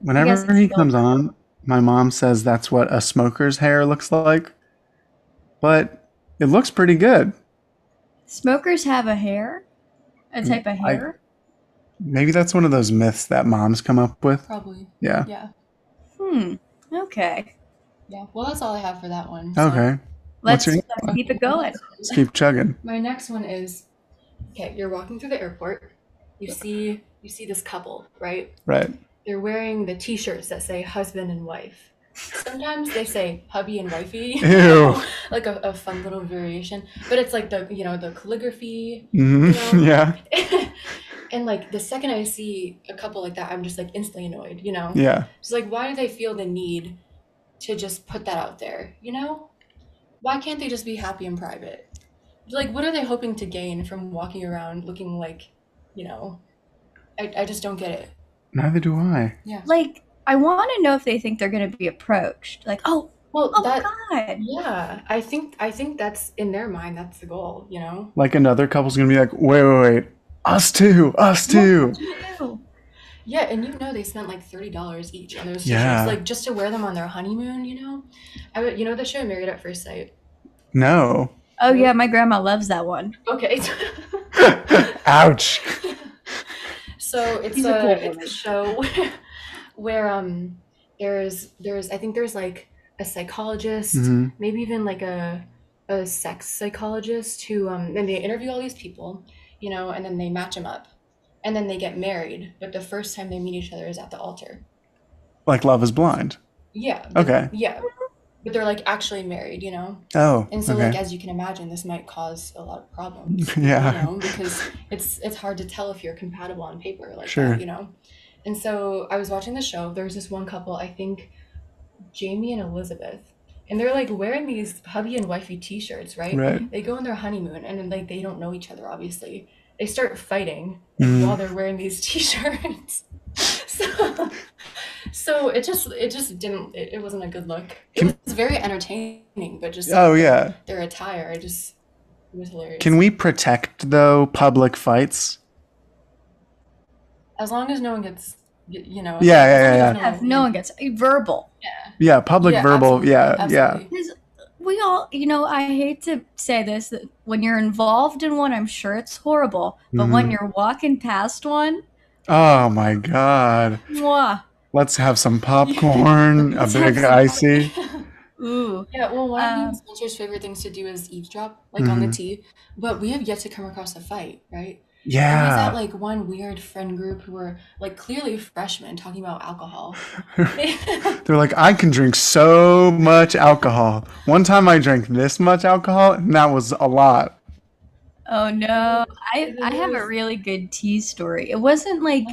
[SPEAKER 3] Whenever
[SPEAKER 4] it's
[SPEAKER 3] he
[SPEAKER 4] still-
[SPEAKER 3] comes on, my mom says that's what a smoker's hair looks like. But it looks pretty good.
[SPEAKER 4] Smokers have a hair, a type of
[SPEAKER 3] Mm, I-
[SPEAKER 4] hair.
[SPEAKER 3] Maybe that's one of those myths that moms come up with.
[SPEAKER 6] Probably.
[SPEAKER 3] Yeah.
[SPEAKER 6] Yeah.
[SPEAKER 4] hmm. Okay.
[SPEAKER 6] Yeah. Well, that's all I have for that one. So-
[SPEAKER 3] Okay.
[SPEAKER 4] Let's,
[SPEAKER 3] What's your-
[SPEAKER 4] let's keep it going.
[SPEAKER 3] Let's keep chugging.
[SPEAKER 6] My next one is okay, you're walking through the airport. You see you see this couple, right?
[SPEAKER 3] Right.
[SPEAKER 6] They're wearing the t-shirts that say husband and wife. Sometimes they say hubby and wifey.
[SPEAKER 3] Ew.
[SPEAKER 6] [LAUGHS] like a, a fun little variation, but it's like the, you know, the calligraphy [LAUGHS]
[SPEAKER 3] hmm Yeah.
[SPEAKER 6] and like the second I see a couple like that, I'm just like instantly annoyed, you know?
[SPEAKER 3] [LAUGHS] Yeah.
[SPEAKER 6] It's like why do they feel the need to just put that out there, you know? Why can't they just be happy in private? Like what are they hoping to gain from walking around looking like, you know, I, I just don't get it.
[SPEAKER 3] Neither do I.
[SPEAKER 4] Like, I want to know if they think they're going to be approached. Like, oh,
[SPEAKER 6] Well,
[SPEAKER 4] oh
[SPEAKER 6] that
[SPEAKER 4] my God.
[SPEAKER 6] yeah, I think I think that's in their mind that's the goal, you know?
[SPEAKER 3] Like another couple's gonna be like, wait, wait, wait. Us too. Us too.
[SPEAKER 4] Ew.
[SPEAKER 6] Yeah, and you know they spent like thirty dollars each on those
[SPEAKER 3] Yeah.
[SPEAKER 6] t-shirts, like just to wear them on their honeymoon. You know, I would, you know the show Married at First Sight.
[SPEAKER 3] No. [LAUGHS]
[SPEAKER 4] Oh, yeah. My grandma loves that one.
[SPEAKER 6] Okay, [LAUGHS]
[SPEAKER 3] Ouch.
[SPEAKER 6] so it's
[SPEAKER 4] He's a
[SPEAKER 6] a,
[SPEAKER 4] great
[SPEAKER 6] it's [LAUGHS]
[SPEAKER 4] woman.
[SPEAKER 6] a show where, where um There's there's I think there's like a psychologist,
[SPEAKER 7] Mhm.
[SPEAKER 6] maybe even like a a sex psychologist who um and they interview all these people, you know, and then they match them up. And then they get married, but the first time they meet each other is at the altar.
[SPEAKER 3] Like Love is Blind.
[SPEAKER 6] Yeah. but-
[SPEAKER 3] Okay.
[SPEAKER 6] Yeah. But they're like actually married, you know?
[SPEAKER 3] Oh.
[SPEAKER 6] And so
[SPEAKER 3] okay.
[SPEAKER 6] like as you can imagine, this might cause a lot of problems. you
[SPEAKER 3] [LAUGHS] yeah.
[SPEAKER 6] know, because it's it's hard to tell if you're compatible on paper, like
[SPEAKER 3] Sure.
[SPEAKER 6] that, you know. And so I was watching the show. There was this one couple, I think, Jamie and Elizabeth, and they're like wearing these hubby and wifey T-shirts, right?
[SPEAKER 3] Right.
[SPEAKER 6] They go on their honeymoon, and then like they don't know each other, obviously. They start fighting
[SPEAKER 3] Mhm.
[SPEAKER 6] while they're wearing these [LAUGHS] T-shirts. so, so it just it just didn't it, it wasn't a good look.
[SPEAKER 3] Can-
[SPEAKER 6] It was very entertaining, but just
[SPEAKER 3] Oh yeah.
[SPEAKER 6] their attire, I just it was hilarious.
[SPEAKER 3] Can we protect though public fights?
[SPEAKER 6] as long as no one gets y- you know
[SPEAKER 3] Yeah, yeah,
[SPEAKER 6] as
[SPEAKER 3] yeah,
[SPEAKER 6] long as
[SPEAKER 4] Yeah, no one gets verbal.
[SPEAKER 3] Yeah, public
[SPEAKER 6] Yeah,
[SPEAKER 3] verbal.
[SPEAKER 6] absolutely,
[SPEAKER 3] Yeah,
[SPEAKER 6] absolutely.
[SPEAKER 4] We all, you know, I hate to say this, that when you're involved in one, I'm sure it's horrible. But
[SPEAKER 3] Mm-hmm.
[SPEAKER 4] when you're walking past one,
[SPEAKER 3] yeah. Oh my god.
[SPEAKER 4] mwah,
[SPEAKER 3] Let's have some popcorn, a big icy.
[SPEAKER 4] ooh.
[SPEAKER 6] yeah well one of
[SPEAKER 4] Um,
[SPEAKER 6] me Spencer's favorite things to do is eavesdrop like
[SPEAKER 3] Mm-hmm.
[SPEAKER 6] on the tea but we have yet to come across a fight right There was
[SPEAKER 3] Yeah.
[SPEAKER 6] that like one weird friend group who were like clearly freshmen talking about
[SPEAKER 3] [LAUGHS]
[SPEAKER 6] alcohol [LAUGHS]
[SPEAKER 3] They're like, I can drink so much alcohol. One time I drank this much alcohol, and that was a lot.
[SPEAKER 4] Oh no. I, I have a really good tea story. It wasn't like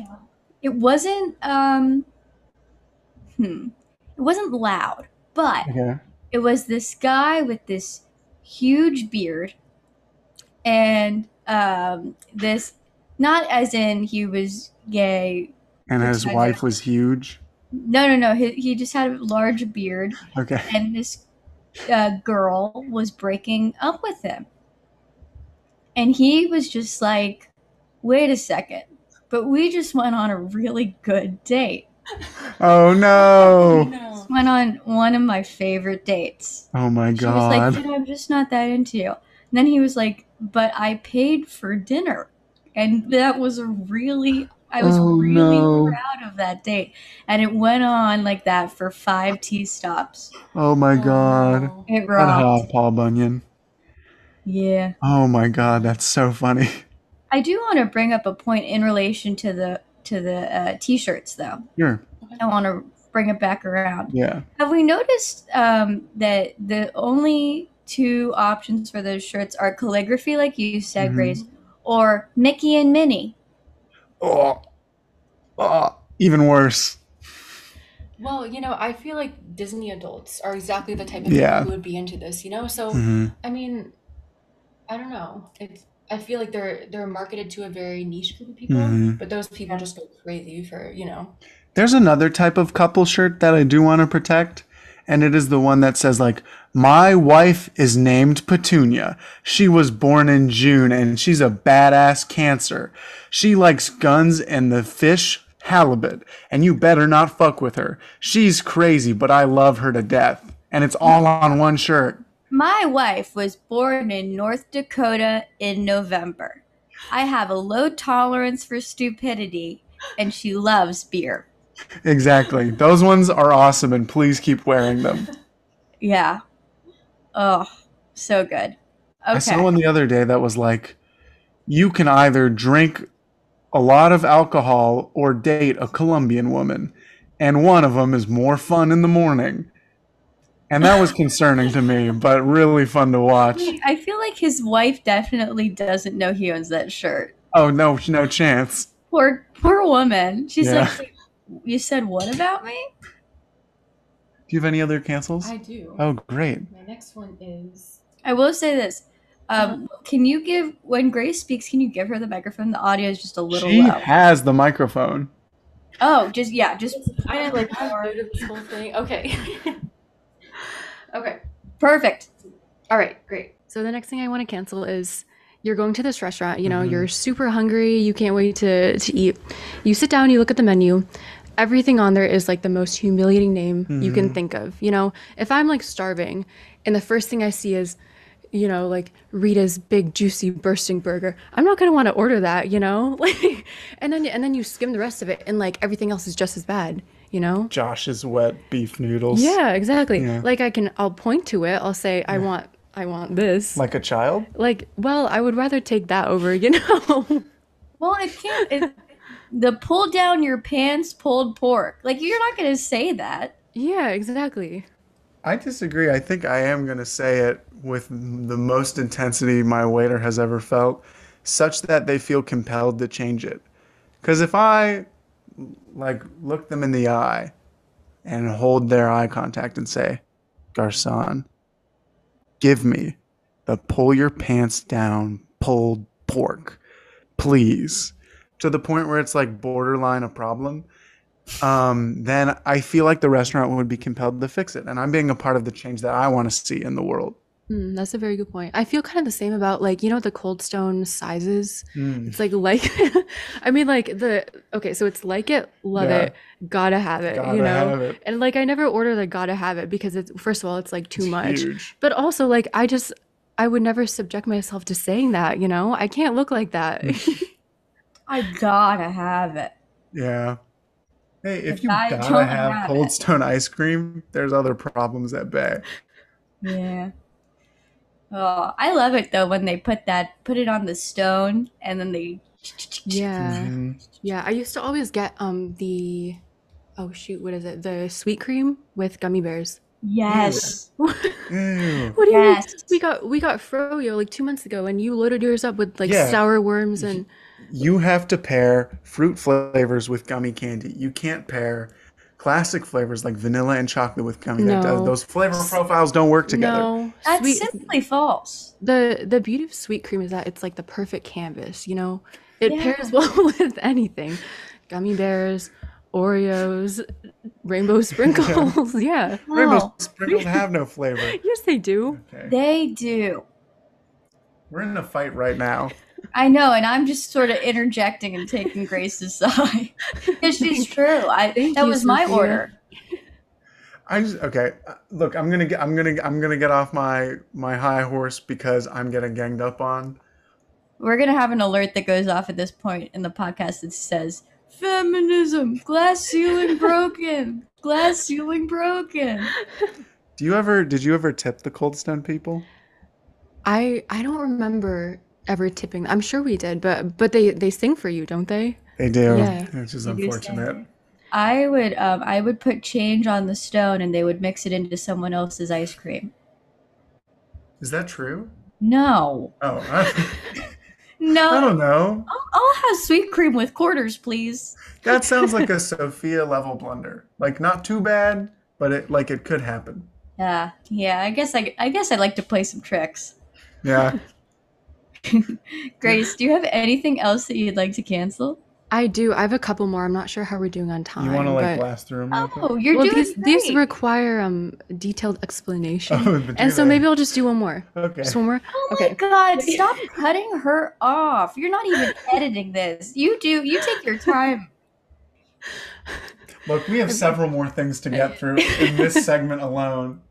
[SPEAKER 4] it wasn't um hmm. It wasn't loud, but
[SPEAKER 3] Okay.
[SPEAKER 4] it was this guy with this huge beard and um this not as in he was gay
[SPEAKER 3] And his
[SPEAKER 4] Which I
[SPEAKER 3] wife was huge.
[SPEAKER 4] no no no he, he just had a large beard
[SPEAKER 3] Okay.
[SPEAKER 4] and this uh, girl was breaking up with him and he was just like wait a second but we just went on a really good date
[SPEAKER 3] Oh no.
[SPEAKER 6] no
[SPEAKER 4] went on one of my favorite dates
[SPEAKER 3] Oh my
[SPEAKER 4] She was like, you
[SPEAKER 3] god.
[SPEAKER 4] know, I'm just not that into you. And then he was like, but I paid for dinner. And that was a really, I was
[SPEAKER 3] Oh,
[SPEAKER 4] really
[SPEAKER 3] no.
[SPEAKER 4] proud of that date. And it went on like that for five tea stops.
[SPEAKER 3] Oh my god.
[SPEAKER 6] no.
[SPEAKER 4] It
[SPEAKER 3] Ah,
[SPEAKER 4] rocked.
[SPEAKER 3] Paul Bunyan.
[SPEAKER 4] Yeah.
[SPEAKER 3] Oh my god, that's so funny. [LAUGHS]
[SPEAKER 4] I do want to bring up a point in relation to the to the uh, t-shirts though.
[SPEAKER 3] Sure.
[SPEAKER 4] I want to bring it back around.
[SPEAKER 3] Yeah.
[SPEAKER 4] Have we noticed um, that the only two options for those shirts are calligraphy, like you said,
[SPEAKER 3] Mhm.
[SPEAKER 4] Grace, or Mickey and Minnie?
[SPEAKER 3] Oh. Oh. Even worse.
[SPEAKER 6] well you know i feel like disney adults are exactly the type of
[SPEAKER 3] Yeah.
[SPEAKER 6] people who would be into this you know so
[SPEAKER 3] hmm
[SPEAKER 6] I mean, I don't know. It's I feel like they're they're marketed to a very niche group of people,
[SPEAKER 3] Mhm.
[SPEAKER 6] but those people just go crazy for, you know.
[SPEAKER 3] There's another type of couple shirt that I do want to protect, and it is the one that says like, "My wife is named Petunia. She was born in June, and she's a badass cancer. She likes guns and the fish halibut, and you better not fuck with her. She's crazy, but I love her to death." And it's all on one shirt.
[SPEAKER 4] My wife was born in North Dakota in November. I have a low tolerance for stupidity, and she loves beer.
[SPEAKER 3] Exactly. Those ones are awesome, and please keep wearing them.
[SPEAKER 4] Yeah. Oh, so good.
[SPEAKER 3] I
[SPEAKER 4] Okay.
[SPEAKER 3] saw one the other day that was like, you can either drink a lot of alcohol or date a Colombian woman, and one of them is more fun in the morning. And that was concerning to me, but really fun to watch.
[SPEAKER 4] I feel like his wife definitely doesn't know he owns that shirt.
[SPEAKER 3] Oh no, no chance.
[SPEAKER 4] Poor, poor woman. She's
[SPEAKER 3] Yeah.
[SPEAKER 4] like, you said what about me?
[SPEAKER 3] Do you have any other cancels?
[SPEAKER 6] I do.
[SPEAKER 3] Oh great.
[SPEAKER 6] My next one is
[SPEAKER 4] I will say this. Um, can you give when Grace speaks? Can you give her the microphone? The audio is just a little
[SPEAKER 3] She
[SPEAKER 4] low.
[SPEAKER 3] has the microphone.
[SPEAKER 4] Oh, just yeah, just put it like
[SPEAKER 6] I'm
[SPEAKER 4] more-
[SPEAKER 6] new to this whole thing. Okay. [LAUGHS] Okay.
[SPEAKER 4] perfect.
[SPEAKER 6] All right, great. So the next thing I want to cancel is you're going to this restaurant, you know, you're super hungry, you can't wait to, to eat. You sit down, you look at the menu. Everything on there is like the most humiliating name you can think of. You know, if I'm like starving and the first thing I see is, you know, like Rita's big juicy bursting burger, I'm not gonna want [LAUGHS] to order that, you know? Like and then and then you skim the rest of it and like everything else is just as bad. you know?
[SPEAKER 3] Josh's wet beef noodles.
[SPEAKER 6] Yeah, exactly.
[SPEAKER 3] Yeah.
[SPEAKER 6] Like I can I'll point to it. I'll say I want I want this. Like,
[SPEAKER 3] Like a child?
[SPEAKER 6] well, I would rather take that over, you [LAUGHS] know.
[SPEAKER 4] Well, it can't. It, the pull down your pants pulled pork. Like you're not gonna say that.
[SPEAKER 6] yeah, exactly.
[SPEAKER 3] I disagree. I think I am going to say it with the most intensity my waiter has ever felt, such that they feel compelled to change it. Because if I, like, look them in the eye and hold their eye contact and say, Garcon, give me the pull your pants down pulled pork, please, to the point where it's like borderline a problem um, then I feel like the restaurant would be compelled to fix it. And I'm being a part of the change that I want to see in the world.
[SPEAKER 6] Mm, that's a very good point. I feel kind of the same about like, you know, the cold stone sizes. It's like like [LAUGHS] I mean like the okay, so it's like it, love
[SPEAKER 3] Yeah.
[SPEAKER 6] it, gotta have it,
[SPEAKER 3] Gotta
[SPEAKER 6] Uh, you know.
[SPEAKER 3] have it.
[SPEAKER 6] And like I never order the gotta have it because it's first of all, it's like too much.
[SPEAKER 3] Huge.
[SPEAKER 6] But also like I just I would never subject myself to saying that, you know? I can't look like that.
[SPEAKER 3] Hmm.
[SPEAKER 6] [LAUGHS]
[SPEAKER 4] I gotta have it.
[SPEAKER 3] Yeah. Hey, if
[SPEAKER 4] If
[SPEAKER 3] you
[SPEAKER 4] I
[SPEAKER 3] gotta
[SPEAKER 4] don't
[SPEAKER 3] have
[SPEAKER 4] have
[SPEAKER 3] Cold
[SPEAKER 4] it.
[SPEAKER 3] Stone ice cream, there's other problems at bay.
[SPEAKER 4] Yeah. Oh, I love it though when they put that put it on the stone and then they
[SPEAKER 6] yeah.
[SPEAKER 3] Mhm.
[SPEAKER 6] Yeah, I used to always get um the oh shoot, what is it? The sweet cream with gummy bears.
[SPEAKER 4] yes.
[SPEAKER 3] Ew.
[SPEAKER 6] What do you mean?
[SPEAKER 4] Yes.
[SPEAKER 6] We got we got froyo like two months ago, and you loaded yours up with like
[SPEAKER 3] Yeah.
[SPEAKER 6] sour worms and
[SPEAKER 3] You have to pair fruit flavors with gummy candy. You can't pair classic flavors like vanilla and chocolate with gummy. That does,
[SPEAKER 6] No.
[SPEAKER 3] those flavor profiles don't work [LAUGHS] together.
[SPEAKER 6] no
[SPEAKER 4] That's
[SPEAKER 6] sweet.
[SPEAKER 4] simply false.
[SPEAKER 6] the the beauty of sweet cream is that it's like the perfect canvas. You know, it
[SPEAKER 4] Yeah.
[SPEAKER 6] pairs well [LAUGHS] with anything, gummy bears, Oreos,
[SPEAKER 3] [LAUGHS]
[SPEAKER 6] rainbow sprinkles. yeah,
[SPEAKER 3] Rainbow
[SPEAKER 4] No,
[SPEAKER 3] sprinkles have no
[SPEAKER 6] [LAUGHS]
[SPEAKER 3] flavor.
[SPEAKER 6] yes they do.
[SPEAKER 3] Okay.
[SPEAKER 4] they do.
[SPEAKER 3] We're in a fight right now.
[SPEAKER 4] I know, and I'm just sort of interjecting and taking Grace's [LAUGHS] side. Because she's true. I
[SPEAKER 6] Thank
[SPEAKER 4] that
[SPEAKER 6] you,
[SPEAKER 4] was my
[SPEAKER 6] Sophia.
[SPEAKER 4] order.
[SPEAKER 3] I just okay. uh, Look, I'm gonna get, I'm gonna, I'm gonna get off my my high horse because I'm getting ganged up on.
[SPEAKER 4] We're gonna have an alert that goes off at this point in the podcast that says Feminism, glass ceiling broken, glass ceiling broken.
[SPEAKER 3] Do you ever, did you ever tip the Cold Stone people?
[SPEAKER 6] I I don't remember ever tipping. I'm sure we did, but but they they sing for you, don't they?
[SPEAKER 3] They do.
[SPEAKER 6] Yeah.
[SPEAKER 3] which is
[SPEAKER 4] They do sing.
[SPEAKER 3] unfortunate.
[SPEAKER 4] I would um, I would put change on the stone and they would mix it into someone else's ice cream.
[SPEAKER 3] Is that true?
[SPEAKER 4] No.
[SPEAKER 3] Oh, [LAUGHS] I, I
[SPEAKER 4] No.
[SPEAKER 3] don't know.
[SPEAKER 4] I'll, I'll have sweet cream with quarters, please.
[SPEAKER 3] That sounds
[SPEAKER 6] [LAUGHS]
[SPEAKER 3] like a Sophia level blunder. Like not too bad, but it like it could happen.
[SPEAKER 4] Yeah, yeah. I guess I, I guess I'd like to play some tricks.
[SPEAKER 3] Yeah.
[SPEAKER 4] Grace, do you have anything else that you'd like to cancel?
[SPEAKER 6] I do. I have a couple more. I'm not sure how we're doing on time.
[SPEAKER 3] You want to like
[SPEAKER 6] but...
[SPEAKER 3] blast through them? real quick? [LAUGHS]
[SPEAKER 4] Oh, you're
[SPEAKER 6] well,
[SPEAKER 4] doing
[SPEAKER 6] these,
[SPEAKER 4] great.
[SPEAKER 6] these require um detailed explanation,
[SPEAKER 3] [LAUGHS] Oh, but do
[SPEAKER 6] and so
[SPEAKER 3] they?
[SPEAKER 6] maybe I'll just do one more.
[SPEAKER 3] Okay.
[SPEAKER 6] Just one more.
[SPEAKER 4] Oh my
[SPEAKER 6] okay.
[SPEAKER 4] god, stop cutting her off. You're not even [LAUGHS] editing this. You do you take your time.
[SPEAKER 3] Look, we
[SPEAKER 6] [LAUGHS]
[SPEAKER 3] have several more things to get through in this segment
[SPEAKER 6] [LAUGHS]
[SPEAKER 3] alone.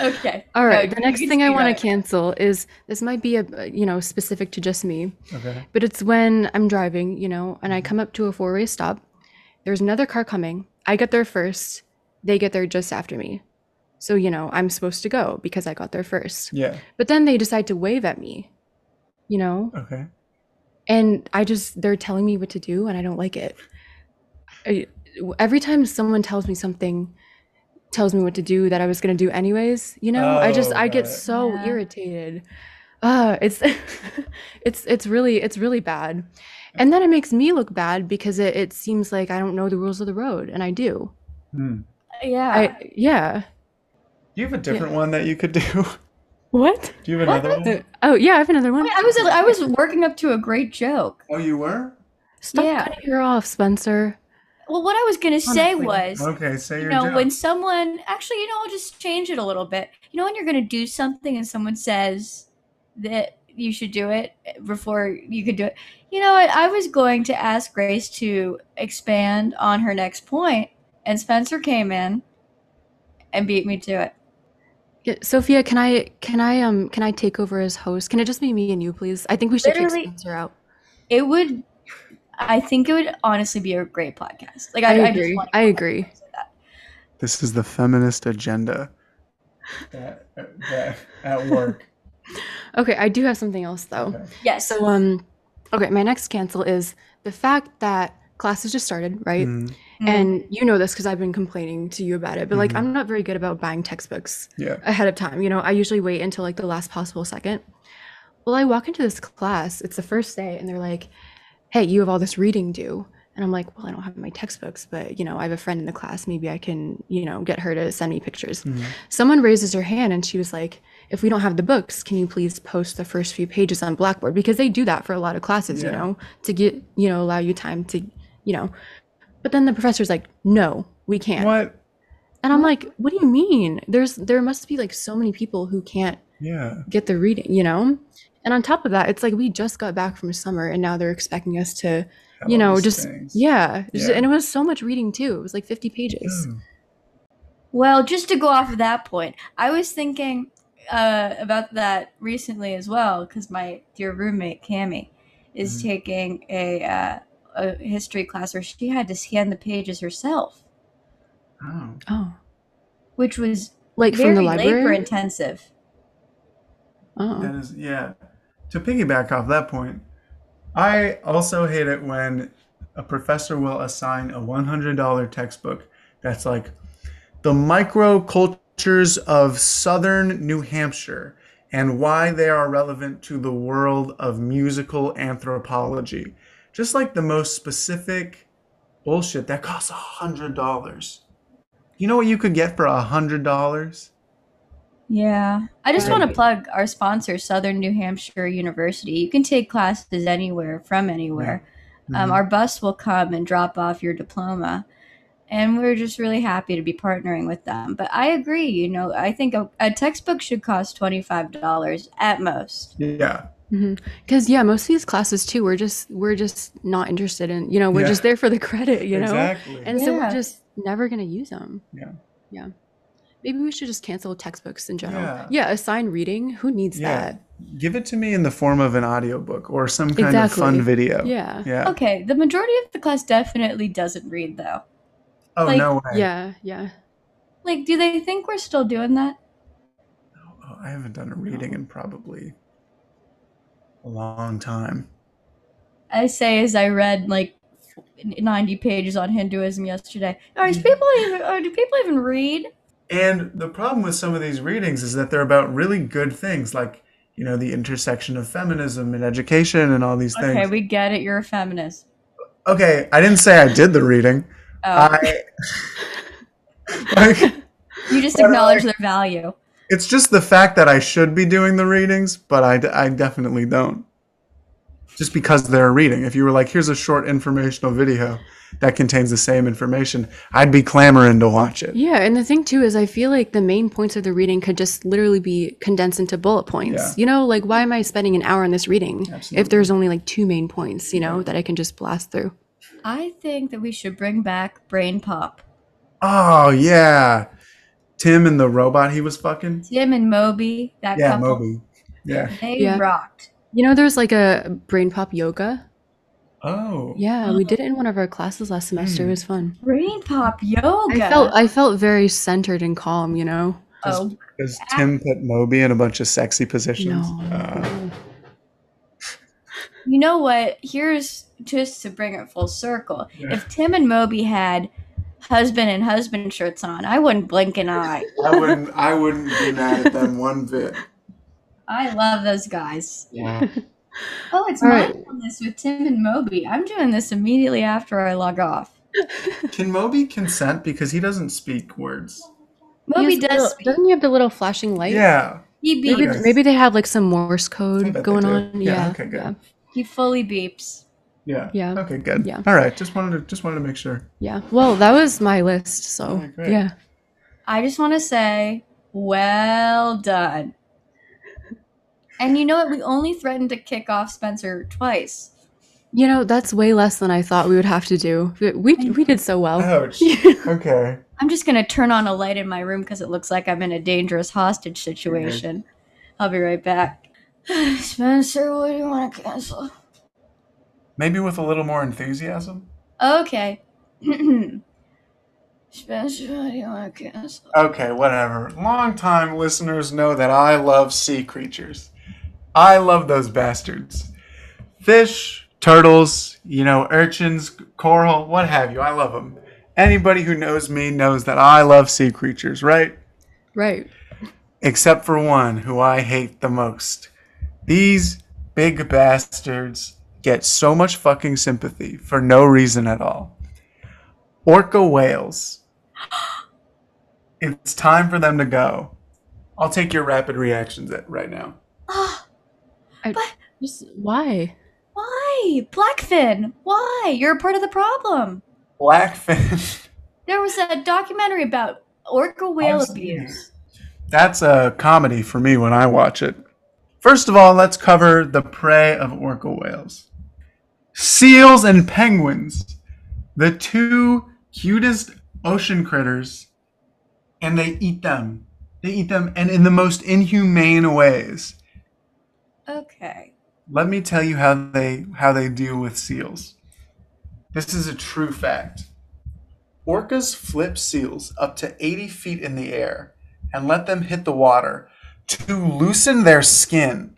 [SPEAKER 4] Okay.
[SPEAKER 6] All right.
[SPEAKER 4] Go,
[SPEAKER 6] The
[SPEAKER 4] you
[SPEAKER 6] next
[SPEAKER 4] can
[SPEAKER 6] thing I
[SPEAKER 4] speed
[SPEAKER 6] want
[SPEAKER 4] up.
[SPEAKER 6] to cancel is this might be a uh, you know specific to just me,
[SPEAKER 3] Okay.
[SPEAKER 6] but it's when I'm driving, you know, and I
[SPEAKER 3] Mm-hmm.
[SPEAKER 6] come up to a four-way stop. There's another car coming. I get there first. They get there just after me. So, you know, I'm supposed to go because I got there first.
[SPEAKER 3] Yeah.
[SPEAKER 6] But then they decide to wave at me, you know?
[SPEAKER 3] Okay.
[SPEAKER 6] and i just they're telling me what to do and i don't like it I, every time someone tells me something tells me what to do that i was going to do anyways you know i just
[SPEAKER 3] Oh,
[SPEAKER 6] i
[SPEAKER 3] got
[SPEAKER 6] get
[SPEAKER 3] it.
[SPEAKER 6] so
[SPEAKER 4] Yeah.
[SPEAKER 6] irritated uh it's [LAUGHS] it's it's really it's really bad and then it makes me look bad because it, it seems like i don't know the rules of the road and i do
[SPEAKER 3] Hmm.
[SPEAKER 4] Yeah.
[SPEAKER 6] i yeah
[SPEAKER 3] Do you have a different one that you could do? [LAUGHS] Do
[SPEAKER 6] what
[SPEAKER 3] you have another one?
[SPEAKER 6] oh yeah i have another one
[SPEAKER 4] Wait, I was I was working up to a great joke.
[SPEAKER 3] Oh, you were?
[SPEAKER 6] stop
[SPEAKER 4] yeah.
[SPEAKER 6] cutting her off spencer
[SPEAKER 4] Well, what I was gonna say was
[SPEAKER 3] Okay, say
[SPEAKER 4] you
[SPEAKER 3] your
[SPEAKER 4] know,
[SPEAKER 3] job.
[SPEAKER 4] when someone actually, you know, I'll just change it a little bit. You know, when you're gonna do something and someone says that you should do it before you could do it. You know what? I was going to ask Grace to expand on her next point, and Spencer came in and beat me to it.
[SPEAKER 6] Yeah, Sophia, can I can I um can I take over as host? Can it just be me and you, please? I think we should kick
[SPEAKER 4] Literally-
[SPEAKER 6] Spencer out.
[SPEAKER 4] It would. I think it would honestly be a great podcast. Like I,
[SPEAKER 6] I
[SPEAKER 4] I, just
[SPEAKER 6] agree.
[SPEAKER 4] want
[SPEAKER 6] I agree.
[SPEAKER 3] This is the feminist agenda.
[SPEAKER 8] That, that, at
[SPEAKER 3] [LAUGHS]
[SPEAKER 8] work.
[SPEAKER 6] Okay, I do have something else though.
[SPEAKER 4] yes.
[SPEAKER 6] So um okay, my next cancel is the fact that classes just started, right?
[SPEAKER 3] Mm,
[SPEAKER 6] And you know this because I've been complaining to you about it, but like I'm not very good about buying textbooks
[SPEAKER 3] yeah.
[SPEAKER 6] ahead of time. You know, I usually wait until like the last possible second. Well, I walk into this class, it's the first day, and they're like, hey, you have all this reading due. And I'm like, well, I don't have my textbooks, but you know, I have a friend in the class. Maybe I can, you know, get her to send me pictures. Someone raises her hand and she was like, if we don't have the books, can you please post the first few pages on Blackboard? Because they do that for a lot of classes, you know, to get, you know, allow you time to, you know. But then the professor's like, no, we can't.
[SPEAKER 3] What?
[SPEAKER 6] And I'm like, what do you mean? There's there must be like so many people who can't
[SPEAKER 3] Yeah.
[SPEAKER 6] get the reading, you know? And on top of that, it's like we just got back from summer and now they're expecting us to, you
[SPEAKER 3] all
[SPEAKER 6] know,
[SPEAKER 3] these
[SPEAKER 6] just
[SPEAKER 3] things.
[SPEAKER 6] yeah. just-
[SPEAKER 3] Yeah.
[SPEAKER 6] and it was so much reading too. It was like 50 pages.
[SPEAKER 3] Oh,
[SPEAKER 4] Well, just to go off of that point, I was thinking uh, about that recently as well because my dear roommate Cami is taking a, uh, a history class where she had to scan the pages herself,
[SPEAKER 3] Oh.
[SPEAKER 6] Oh.
[SPEAKER 4] which was
[SPEAKER 6] Like
[SPEAKER 4] very
[SPEAKER 6] from the library.
[SPEAKER 4] labor intensive.
[SPEAKER 6] oh.
[SPEAKER 3] That is, yeah. To piggyback off that point, I also hate it when a professor will assign a $100 textbook that's like the microcultures of southern New Hampshire and why they are relevant to the world of musical anthropology. Just like the most specific bullshit that costs $100. You know what you could get for $100?
[SPEAKER 4] Yeah. I just want
[SPEAKER 3] Right.
[SPEAKER 4] to plug our sponsor, Southern New Hampshire University. You can take classes anywhere from anywhere. Um, our bus will come and drop off your diploma. And we're just really happy to be partnering with them. But I agree, you know, I think a, a textbook should cost $25 at most.
[SPEAKER 3] Yeah.
[SPEAKER 6] Cuz yeah, most of these classes too, we're just we're just not interested in, you know, we're
[SPEAKER 3] Yeah.
[SPEAKER 6] just there for the credit, you know.
[SPEAKER 3] Exactly.
[SPEAKER 6] And so we're
[SPEAKER 4] Yeah.
[SPEAKER 6] just never going to use them.
[SPEAKER 3] Yeah.
[SPEAKER 6] Yeah. Maybe we should just cancel textbooks in general.
[SPEAKER 3] Yeah.
[SPEAKER 6] Yeah, assign reading. Who needs
[SPEAKER 3] Yeah. Give it to me in the form of an audiobook or some kind of
[SPEAKER 6] Exactly.
[SPEAKER 3] fun video.
[SPEAKER 6] that? Yeah.
[SPEAKER 3] Yeah.
[SPEAKER 4] Okay, the majority of the class definitely doesn't read, though.
[SPEAKER 3] Oh
[SPEAKER 4] Like-
[SPEAKER 3] no way.
[SPEAKER 6] Yeah, yeah.
[SPEAKER 4] Like, do they think we're still doing that?
[SPEAKER 3] Oh, I haven't done a reading in probably a long time.
[SPEAKER 4] I say as I read like 90 pages on Hinduism yesterday. Are
[SPEAKER 6] Mm.
[SPEAKER 4] these people even, or do people even read?
[SPEAKER 3] And the problem with some of these readings is that they're about really good things, like you know the intersection of feminism and education and all these
[SPEAKER 4] Okay,
[SPEAKER 3] things.
[SPEAKER 4] we get it. You're a feminist.
[SPEAKER 3] okay, I didn't say I did the reading.
[SPEAKER 4] Oh, [LAUGHS]
[SPEAKER 3] I [LAUGHS] like
[SPEAKER 4] you just acknowledge their value.
[SPEAKER 3] it's just the fact that I should be doing the readings, but I, d- I definitely don't. Just because they're a reading. If you were like, here's a short informational video that contains the same information, I'd be clamoring to watch it.
[SPEAKER 6] Yeah, and the thing too is I feel like the main points of the reading could just literally be condensed into bullet points.
[SPEAKER 3] Yeah.
[SPEAKER 6] You know, like why am I spending an hour on this reading if
[SPEAKER 3] Absolutely.
[SPEAKER 6] there's only like two main points, you know, that I can just blast through.
[SPEAKER 4] I think that we should bring back Brain Pop.
[SPEAKER 3] Oh, yeah. Tim and the robot he was fucking?
[SPEAKER 4] Tim and Moby, that
[SPEAKER 3] Yeah,
[SPEAKER 4] couple,
[SPEAKER 3] Moby. Yeah.
[SPEAKER 4] they
[SPEAKER 6] Yeah.
[SPEAKER 4] rocked.
[SPEAKER 6] You know, there's like a brain pop yoga.
[SPEAKER 3] Oh.
[SPEAKER 6] Yeah, we did it in one of our classes last
[SPEAKER 3] Hmm.
[SPEAKER 6] semester. It was fun.
[SPEAKER 4] Brain Pop yoga.
[SPEAKER 6] I felt I felt very centered and calm, you know.
[SPEAKER 4] oh,
[SPEAKER 3] Because Tim put Moby in a bunch of sexy positions.
[SPEAKER 6] No.
[SPEAKER 3] Uh,
[SPEAKER 4] you know what? Here's just to bring it full circle.
[SPEAKER 3] Yeah.
[SPEAKER 4] If Tim and Moby had husband and husband shirts on, I wouldn't blink an eye.
[SPEAKER 3] I wouldn't I wouldn't be mad at them one bit.
[SPEAKER 4] I love those guys.
[SPEAKER 3] Yeah.
[SPEAKER 4] Oh, it's
[SPEAKER 6] All
[SPEAKER 4] my
[SPEAKER 6] right.
[SPEAKER 4] mindfulness with Tim and Moby. I'm doing this immediately after I log off.
[SPEAKER 3] Can Moby consent because he doesn't speak words?
[SPEAKER 6] He
[SPEAKER 4] Moby
[SPEAKER 6] has the little-
[SPEAKER 4] does. speak.
[SPEAKER 6] Doesn't he have the little flashing light?
[SPEAKER 3] Yeah.
[SPEAKER 4] He
[SPEAKER 6] Maybe,
[SPEAKER 4] beeps.
[SPEAKER 6] maybe they have like some Morse
[SPEAKER 3] I bet
[SPEAKER 6] code
[SPEAKER 3] they
[SPEAKER 6] going
[SPEAKER 3] do.
[SPEAKER 6] on.
[SPEAKER 3] Yeah,
[SPEAKER 6] Yeah.
[SPEAKER 3] okay, good.
[SPEAKER 6] Yeah.
[SPEAKER 4] He fully beeps.
[SPEAKER 3] Yeah.
[SPEAKER 6] Yeah.
[SPEAKER 3] Okay, good.
[SPEAKER 6] Yeah.
[SPEAKER 3] All right. Just wanted to just wanted to make sure.
[SPEAKER 6] Yeah. Well, that was my list. So
[SPEAKER 3] Oh, great.
[SPEAKER 6] yeah.
[SPEAKER 4] I just want to say, well done. And you know what? We only threatened to kick off Spencer twice.
[SPEAKER 6] You know, that's way less than I thought we would have to do. We we, we did so well. [LAUGHS]
[SPEAKER 3] Ouch. okay.
[SPEAKER 4] I'm just going to turn on a light in my room because it looks like I'm in a dangerous hostage situation. [SIGHS] I'll be right back. Spencer, what do you want to cancel?
[SPEAKER 3] Maybe with a little more enthusiasm.
[SPEAKER 4] Okay. Special, you want to kiss?
[SPEAKER 3] Okay, whatever. Long-time listeners know that I love sea creatures. I love those bastards. Fish, turtles, you know, urchins, coral, what have you. I love them. Anybody who knows me knows that I love sea creatures, right?
[SPEAKER 6] Right.
[SPEAKER 3] except for one who I hate the most. These big bastards get so much fucking sympathy for no reason at all. Orca whales. It's time for them to go. I'll take your rapid reactions at, right now.
[SPEAKER 4] Oh,
[SPEAKER 6] Just, why?
[SPEAKER 4] why? Blackfin, why? You're a part of the problem.
[SPEAKER 3] [LAUGHS] Blackfin.
[SPEAKER 4] There was a documentary about orca whale
[SPEAKER 3] I've seen
[SPEAKER 4] abuse.
[SPEAKER 3] That's a comedy for me when I watch it. First of all, let's cover the prey of orca whales. Seals and penguins, the two cutest ocean critters, and they eat them. They eat them and in the most inhumane ways.
[SPEAKER 4] Okay.
[SPEAKER 3] Let me tell you how they how they deal with seals. This is a true fact. Orcas flip seals up to 80 feet in the air and let them hit the water to loosen their skin.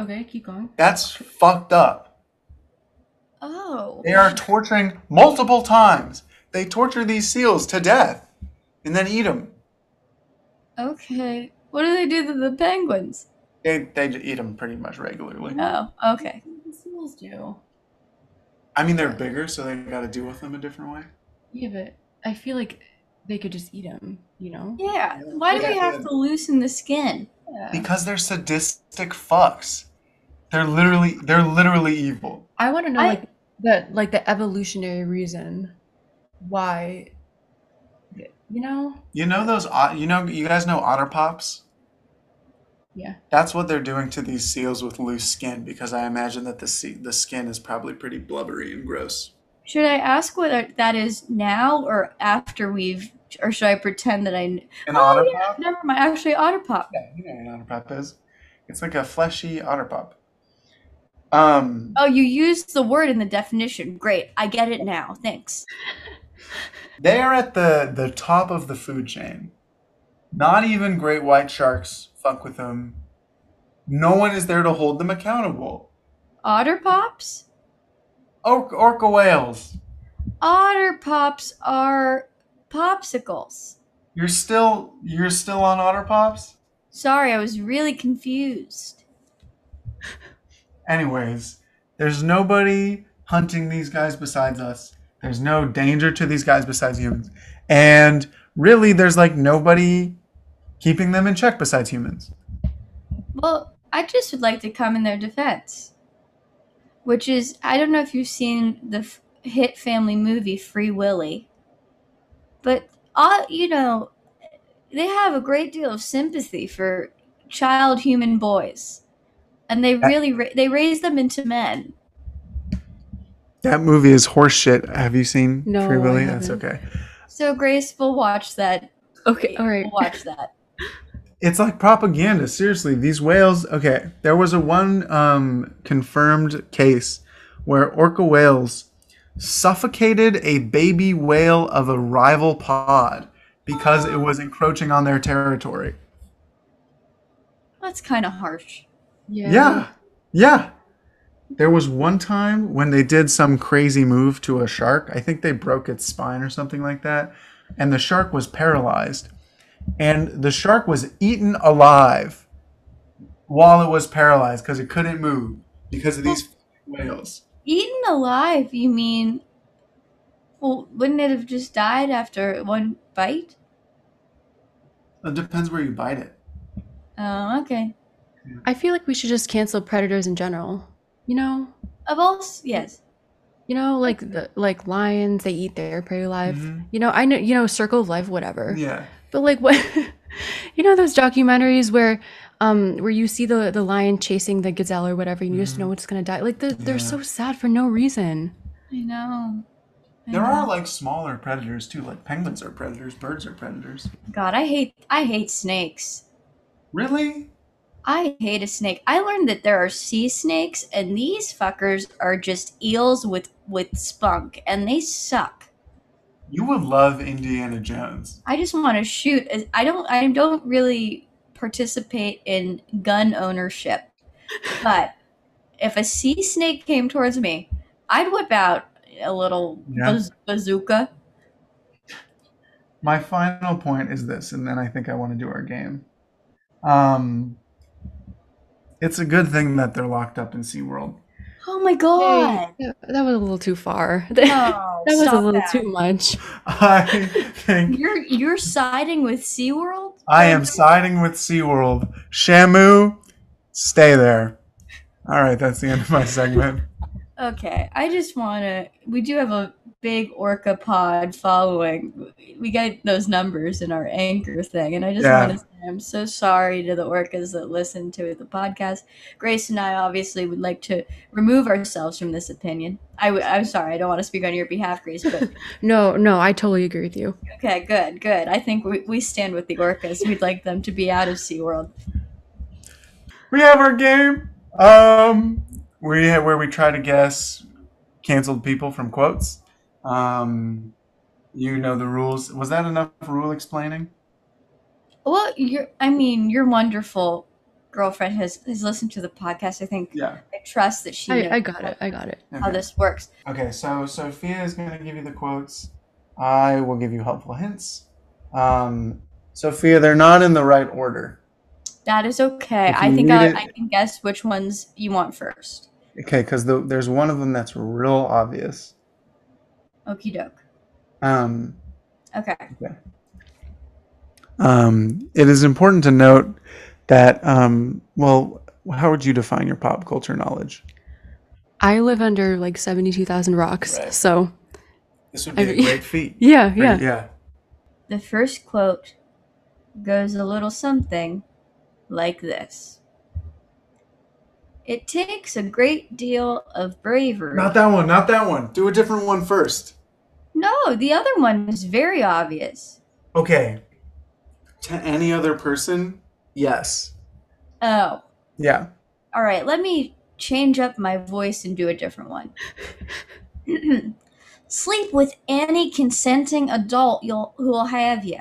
[SPEAKER 6] Okay, keep going.
[SPEAKER 3] That's fucked up.
[SPEAKER 4] Oh.
[SPEAKER 3] They are torturing multiple times. They torture these seals to death and then eat them.
[SPEAKER 4] Okay. What do they do to the penguins?
[SPEAKER 3] They, they eat them pretty much regularly.
[SPEAKER 4] Oh, okay.
[SPEAKER 9] Seals do.
[SPEAKER 3] I mean, they're bigger, so they gotta deal with them a different way.
[SPEAKER 6] Yeah, but I feel like they could just eat him, you know?
[SPEAKER 4] Yeah. Why do we have to loosen the skin?
[SPEAKER 3] Because they're sadistic fucks. They're literally they're literally evil.
[SPEAKER 6] I want to know
[SPEAKER 4] I-
[SPEAKER 6] like the like the evolutionary reason why you know?
[SPEAKER 3] You know those ot- you know you guys know otter pops?
[SPEAKER 6] Yeah.
[SPEAKER 3] That's what they're doing to these seals with loose skin because I imagine that the sea- the skin is probably pretty blubbery and gross.
[SPEAKER 4] Should I ask whether that is now or after we've, or should I pretend that I? kn-
[SPEAKER 3] An
[SPEAKER 4] oh
[SPEAKER 3] otter
[SPEAKER 4] yeah,
[SPEAKER 3] pop?
[SPEAKER 4] never mind. Actually, otter pop.
[SPEAKER 3] Yeah, you know what an otter pop is. It's like a fleshy otter pop. Um
[SPEAKER 4] Oh, you used the word in the definition. Great, I get it now. Thanks.
[SPEAKER 3] They are at the the top of the food chain. Not even great white sharks fuck with them. No one is there to hold them accountable.
[SPEAKER 4] Otter pops.
[SPEAKER 3] Or- orca whales.
[SPEAKER 4] Otter pops are popsicles.
[SPEAKER 3] You're still you're still on otter pops.
[SPEAKER 4] Sorry, I was really confused.
[SPEAKER 3] Anyways, there's nobody hunting these guys besides us. There's no danger to these guys besides humans. And really there's like nobody keeping them in check besides humans.
[SPEAKER 4] Well, I just would like to come in their defense, which is I don't know if you've seen the f- hit family movie Free Willy, but uh, you know, they have a great deal of sympathy for child human boys, and they really ra- they raise them into men.
[SPEAKER 3] That movie is horseshit. Have you seen
[SPEAKER 6] No,
[SPEAKER 3] Free
[SPEAKER 6] I
[SPEAKER 3] Willy? That's
[SPEAKER 6] haven't.
[SPEAKER 3] okay.
[SPEAKER 4] So Grace will watch that.
[SPEAKER 6] Okay, all right.
[SPEAKER 4] We'll watch that.
[SPEAKER 3] it's like propaganda seriously these whales okay there was a one um, confirmed case where orca whales suffocated a baby whale of a rival pod because it was encroaching on their territory
[SPEAKER 4] That's kind of harsh.
[SPEAKER 6] Yeah.
[SPEAKER 3] yeah yeah there was one time when they did some crazy move to a shark i think they broke its spine or something like that and the shark was paralyzed and the shark was eaten alive while it was paralyzed because it couldn't move because of these whales
[SPEAKER 4] Eaten alive? You mean? Well, wouldn't it have just died after one bite?
[SPEAKER 3] it depends where you bite it
[SPEAKER 4] Oh, okay.
[SPEAKER 6] I feel like we should just cancel predators in general. You know?
[SPEAKER 4] Of all, s- yes.
[SPEAKER 6] You know, like the like lions, they eat their prey alive.
[SPEAKER 3] Mhm.
[SPEAKER 6] You know, I know you know, circle of life, whatever.
[SPEAKER 3] yeah
[SPEAKER 6] But like what [LAUGHS] you know those documentaries where um where you see the the lion chasing the gazelle or whatever and you just know it's gonna die. Like they're, they're
[SPEAKER 3] Mm-hmm. Yeah.
[SPEAKER 6] so sad for no reason.
[SPEAKER 4] I know. I
[SPEAKER 3] there are
[SPEAKER 4] know.
[SPEAKER 3] like smaller predators too like penguins are predators birds are predators
[SPEAKER 4] God, I hate I hate snakes.
[SPEAKER 3] really
[SPEAKER 4] I hate a snake. I learned that there are sea snakes, and these fuckers are just eels with with spunk, and they suck.
[SPEAKER 3] You would love Indiana Jones.
[SPEAKER 4] I just want to shoot. as- I don't. I don't really participate in gun ownership, but if a sea snake came towards me, I'd whip out a little
[SPEAKER 3] Yeah.
[SPEAKER 4] baz- bazooka.
[SPEAKER 3] My final point is this, and then I think I want to do our game. Um, it's a good thing that they're locked up in SeaWorld. [LAUGHS]
[SPEAKER 4] Oh my god!
[SPEAKER 6] That, that was a little too far.
[SPEAKER 4] Oh,
[SPEAKER 6] [LAUGHS] that was a
[SPEAKER 4] stop
[SPEAKER 6] little
[SPEAKER 4] that.
[SPEAKER 6] too much.
[SPEAKER 3] I think
[SPEAKER 4] You're you're siding with SeaWorld?
[SPEAKER 3] I am siding with SeaWorld. Shamu, stay there. All right, that's the end of my segment.
[SPEAKER 4] Okay, I just want to. We do have a big orca pod following. We get those numbers in our anchor thing, and I just
[SPEAKER 3] Yeah.
[SPEAKER 4] want to say I'm so sorry to the orcas that listen to the podcast. Grace and I obviously would like to remove ourselves from this opinion. I w- I'm sorry, I don't want to speak on your behalf, Grace,
[SPEAKER 3] [LAUGHS]
[SPEAKER 4] but
[SPEAKER 6] No, no, I totally agree with you.
[SPEAKER 4] okay, good, good. I think we, we stand with the orcas. We'd like them to be out of SeaWorld.
[SPEAKER 3] We have our game. Um, we ha- where we try to guess canceled people from quotes. Um, you know the rules. Was that enough rule explaining?
[SPEAKER 4] Well, you're, I mean, your wonderful girlfriend has, has listened to the podcast. I think
[SPEAKER 3] Yeah.
[SPEAKER 4] I trust that she
[SPEAKER 6] I,
[SPEAKER 4] knows
[SPEAKER 6] I got it. I got it.
[SPEAKER 4] how this works.
[SPEAKER 3] Okay, so Sophia is going to give you the quotes. I will give you helpful hints. Um, Sophia, they're not in the right order.
[SPEAKER 4] That is okay.
[SPEAKER 3] If
[SPEAKER 4] I
[SPEAKER 3] you
[SPEAKER 4] think
[SPEAKER 3] need
[SPEAKER 4] I,
[SPEAKER 3] it-
[SPEAKER 4] I can guess which ones you want first.
[SPEAKER 3] Okay, because the, there's one of them that's real obvious.
[SPEAKER 4] Okie doke.
[SPEAKER 3] Um,
[SPEAKER 4] Okay.
[SPEAKER 3] um, it is important to note that, um, well, how would you define your pop culture knowledge?
[SPEAKER 6] I live under like 72,000 rocks.
[SPEAKER 3] Right.
[SPEAKER 6] So,
[SPEAKER 3] This would
[SPEAKER 6] be a great
[SPEAKER 3] feat.
[SPEAKER 6] [LAUGHS] yeah, yeah.
[SPEAKER 4] The first quote goes a little something like this It takes a great deal of bravery.
[SPEAKER 3] Not that one, not that one. Do a different one first.
[SPEAKER 4] no, the other one is very obvious.
[SPEAKER 3] Okay. To any other person, yes.
[SPEAKER 4] Oh,
[SPEAKER 3] Yeah.
[SPEAKER 4] all right. Let me change up my voice and do a different one. Sleep with any consenting adult you'll, who will have you.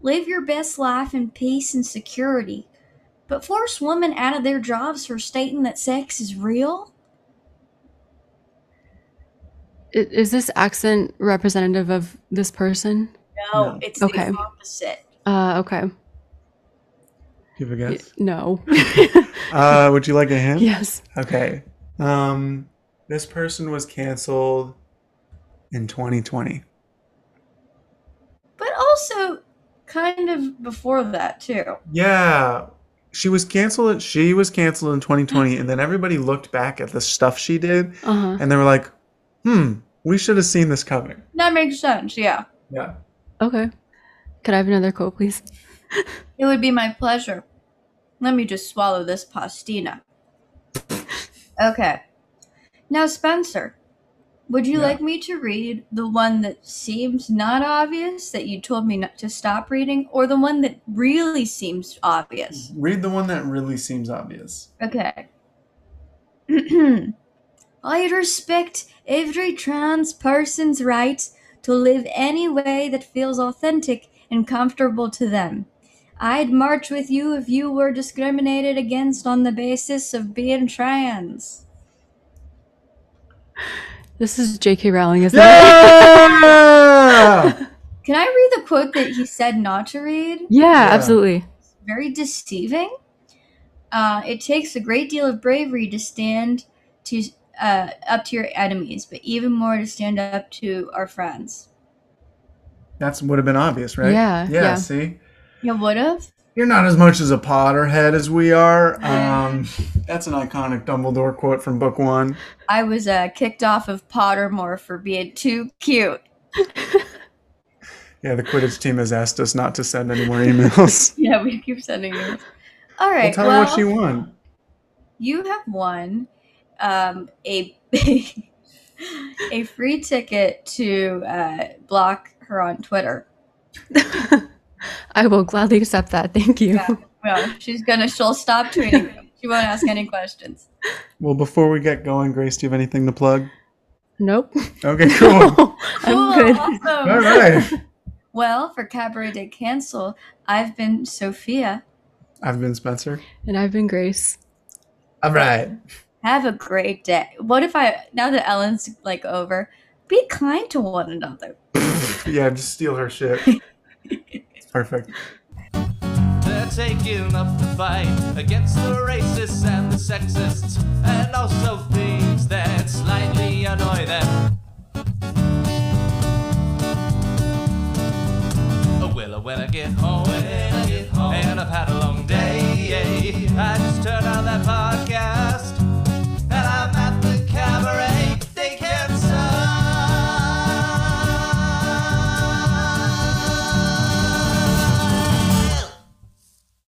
[SPEAKER 4] Live your best life in peace and security. But force women out of their jobs for stating that sex is real?
[SPEAKER 6] I- Is this accent representative of this person?
[SPEAKER 4] No, it's
[SPEAKER 6] Okay.
[SPEAKER 4] the opposite.
[SPEAKER 6] Uh, okay.
[SPEAKER 3] Give a
[SPEAKER 6] Y-
[SPEAKER 3] guess. [LAUGHS]
[SPEAKER 6] No. [LAUGHS]
[SPEAKER 3] Uh, would you like a hint?
[SPEAKER 6] yes.
[SPEAKER 3] Okay. Um, this person was canceled in 2020.
[SPEAKER 4] But also kind of before that, too.
[SPEAKER 3] Yeah. She was canceled. She was canceled in 2020, and then everybody looked back at the stuff she did,
[SPEAKER 6] Uh huh.
[SPEAKER 3] and they were like, "Hmm, we should have seen this coming."
[SPEAKER 4] That makes sense, yeah.
[SPEAKER 3] Yeah.
[SPEAKER 6] Okay. Could I have another quote, please?
[SPEAKER 4] It would be my pleasure. Let me just swallow this pastina. okay. Now, Spencer, would you
[SPEAKER 3] Yeah.
[SPEAKER 4] like me to read the one that seems not obvious that you told me not to stop reading, or the one that really seems obvious?
[SPEAKER 3] Read the one that really seems obvious.
[SPEAKER 4] Okay. [CLEARS THROAT] I respect every trans person's right to live any way that feels authentic and comfortable to them. I'd march with you if you were discriminated against on the basis of being trans.
[SPEAKER 6] This is J.K. Rowling, isn't
[SPEAKER 3] Yeah!
[SPEAKER 6] it?
[SPEAKER 4] Can I read the quote that he said not to read?
[SPEAKER 6] yeah, absolutely.
[SPEAKER 4] very deceiving. Uh, it takes a great deal of bravery to stand to uh, up to your enemies, but even more to stand up to our friends.
[SPEAKER 3] That's would have been obvious, right?
[SPEAKER 6] Yeah,
[SPEAKER 3] Yeah.
[SPEAKER 6] yeah.
[SPEAKER 3] See,
[SPEAKER 4] You would have.
[SPEAKER 3] you're not as much as a Potterhead as we are. Um, that's an iconic Dumbledore quote from book one.
[SPEAKER 4] I was uh, kicked off of Pottermore for being too cute. [LAUGHS]
[SPEAKER 3] Yeah, the Quidditch team has asked us not to send any more
[SPEAKER 4] [LAUGHS]
[SPEAKER 3] emails.
[SPEAKER 4] Yeah, we keep sending you. All
[SPEAKER 3] Well,
[SPEAKER 4] right.
[SPEAKER 3] tell
[SPEAKER 4] Well,
[SPEAKER 3] her what she won.
[SPEAKER 4] you have won um, a [LAUGHS] a free ticket to uh,
[SPEAKER 3] [LAUGHS]
[SPEAKER 4] block her on Twitter.
[SPEAKER 6] I will gladly accept that. Thank you.
[SPEAKER 4] No, she's gonna. She'll stop tweeting. She won't ask any questions.
[SPEAKER 3] Well, before we get going, Grace, do you have anything to plug?
[SPEAKER 6] Nope.
[SPEAKER 3] Okay, cool.
[SPEAKER 6] [LAUGHS] I'm good.
[SPEAKER 4] Awesome.
[SPEAKER 3] All right.
[SPEAKER 4] Well, for Cabaret de Cancel, I've been Sophia.
[SPEAKER 3] I've been Spencer.
[SPEAKER 6] And I've been Grace.
[SPEAKER 3] All right.
[SPEAKER 4] Have a great day. What if I now that Ellen's like over, be kind to one another.
[SPEAKER 3] Yeah, just steal her
[SPEAKER 4] [LAUGHS]
[SPEAKER 3] shit. It's perfect.
[SPEAKER 1] They're taking up the fight against the racists and the sexists, and also things that slightly annoy them. Oh, well, when I get home, and I've had a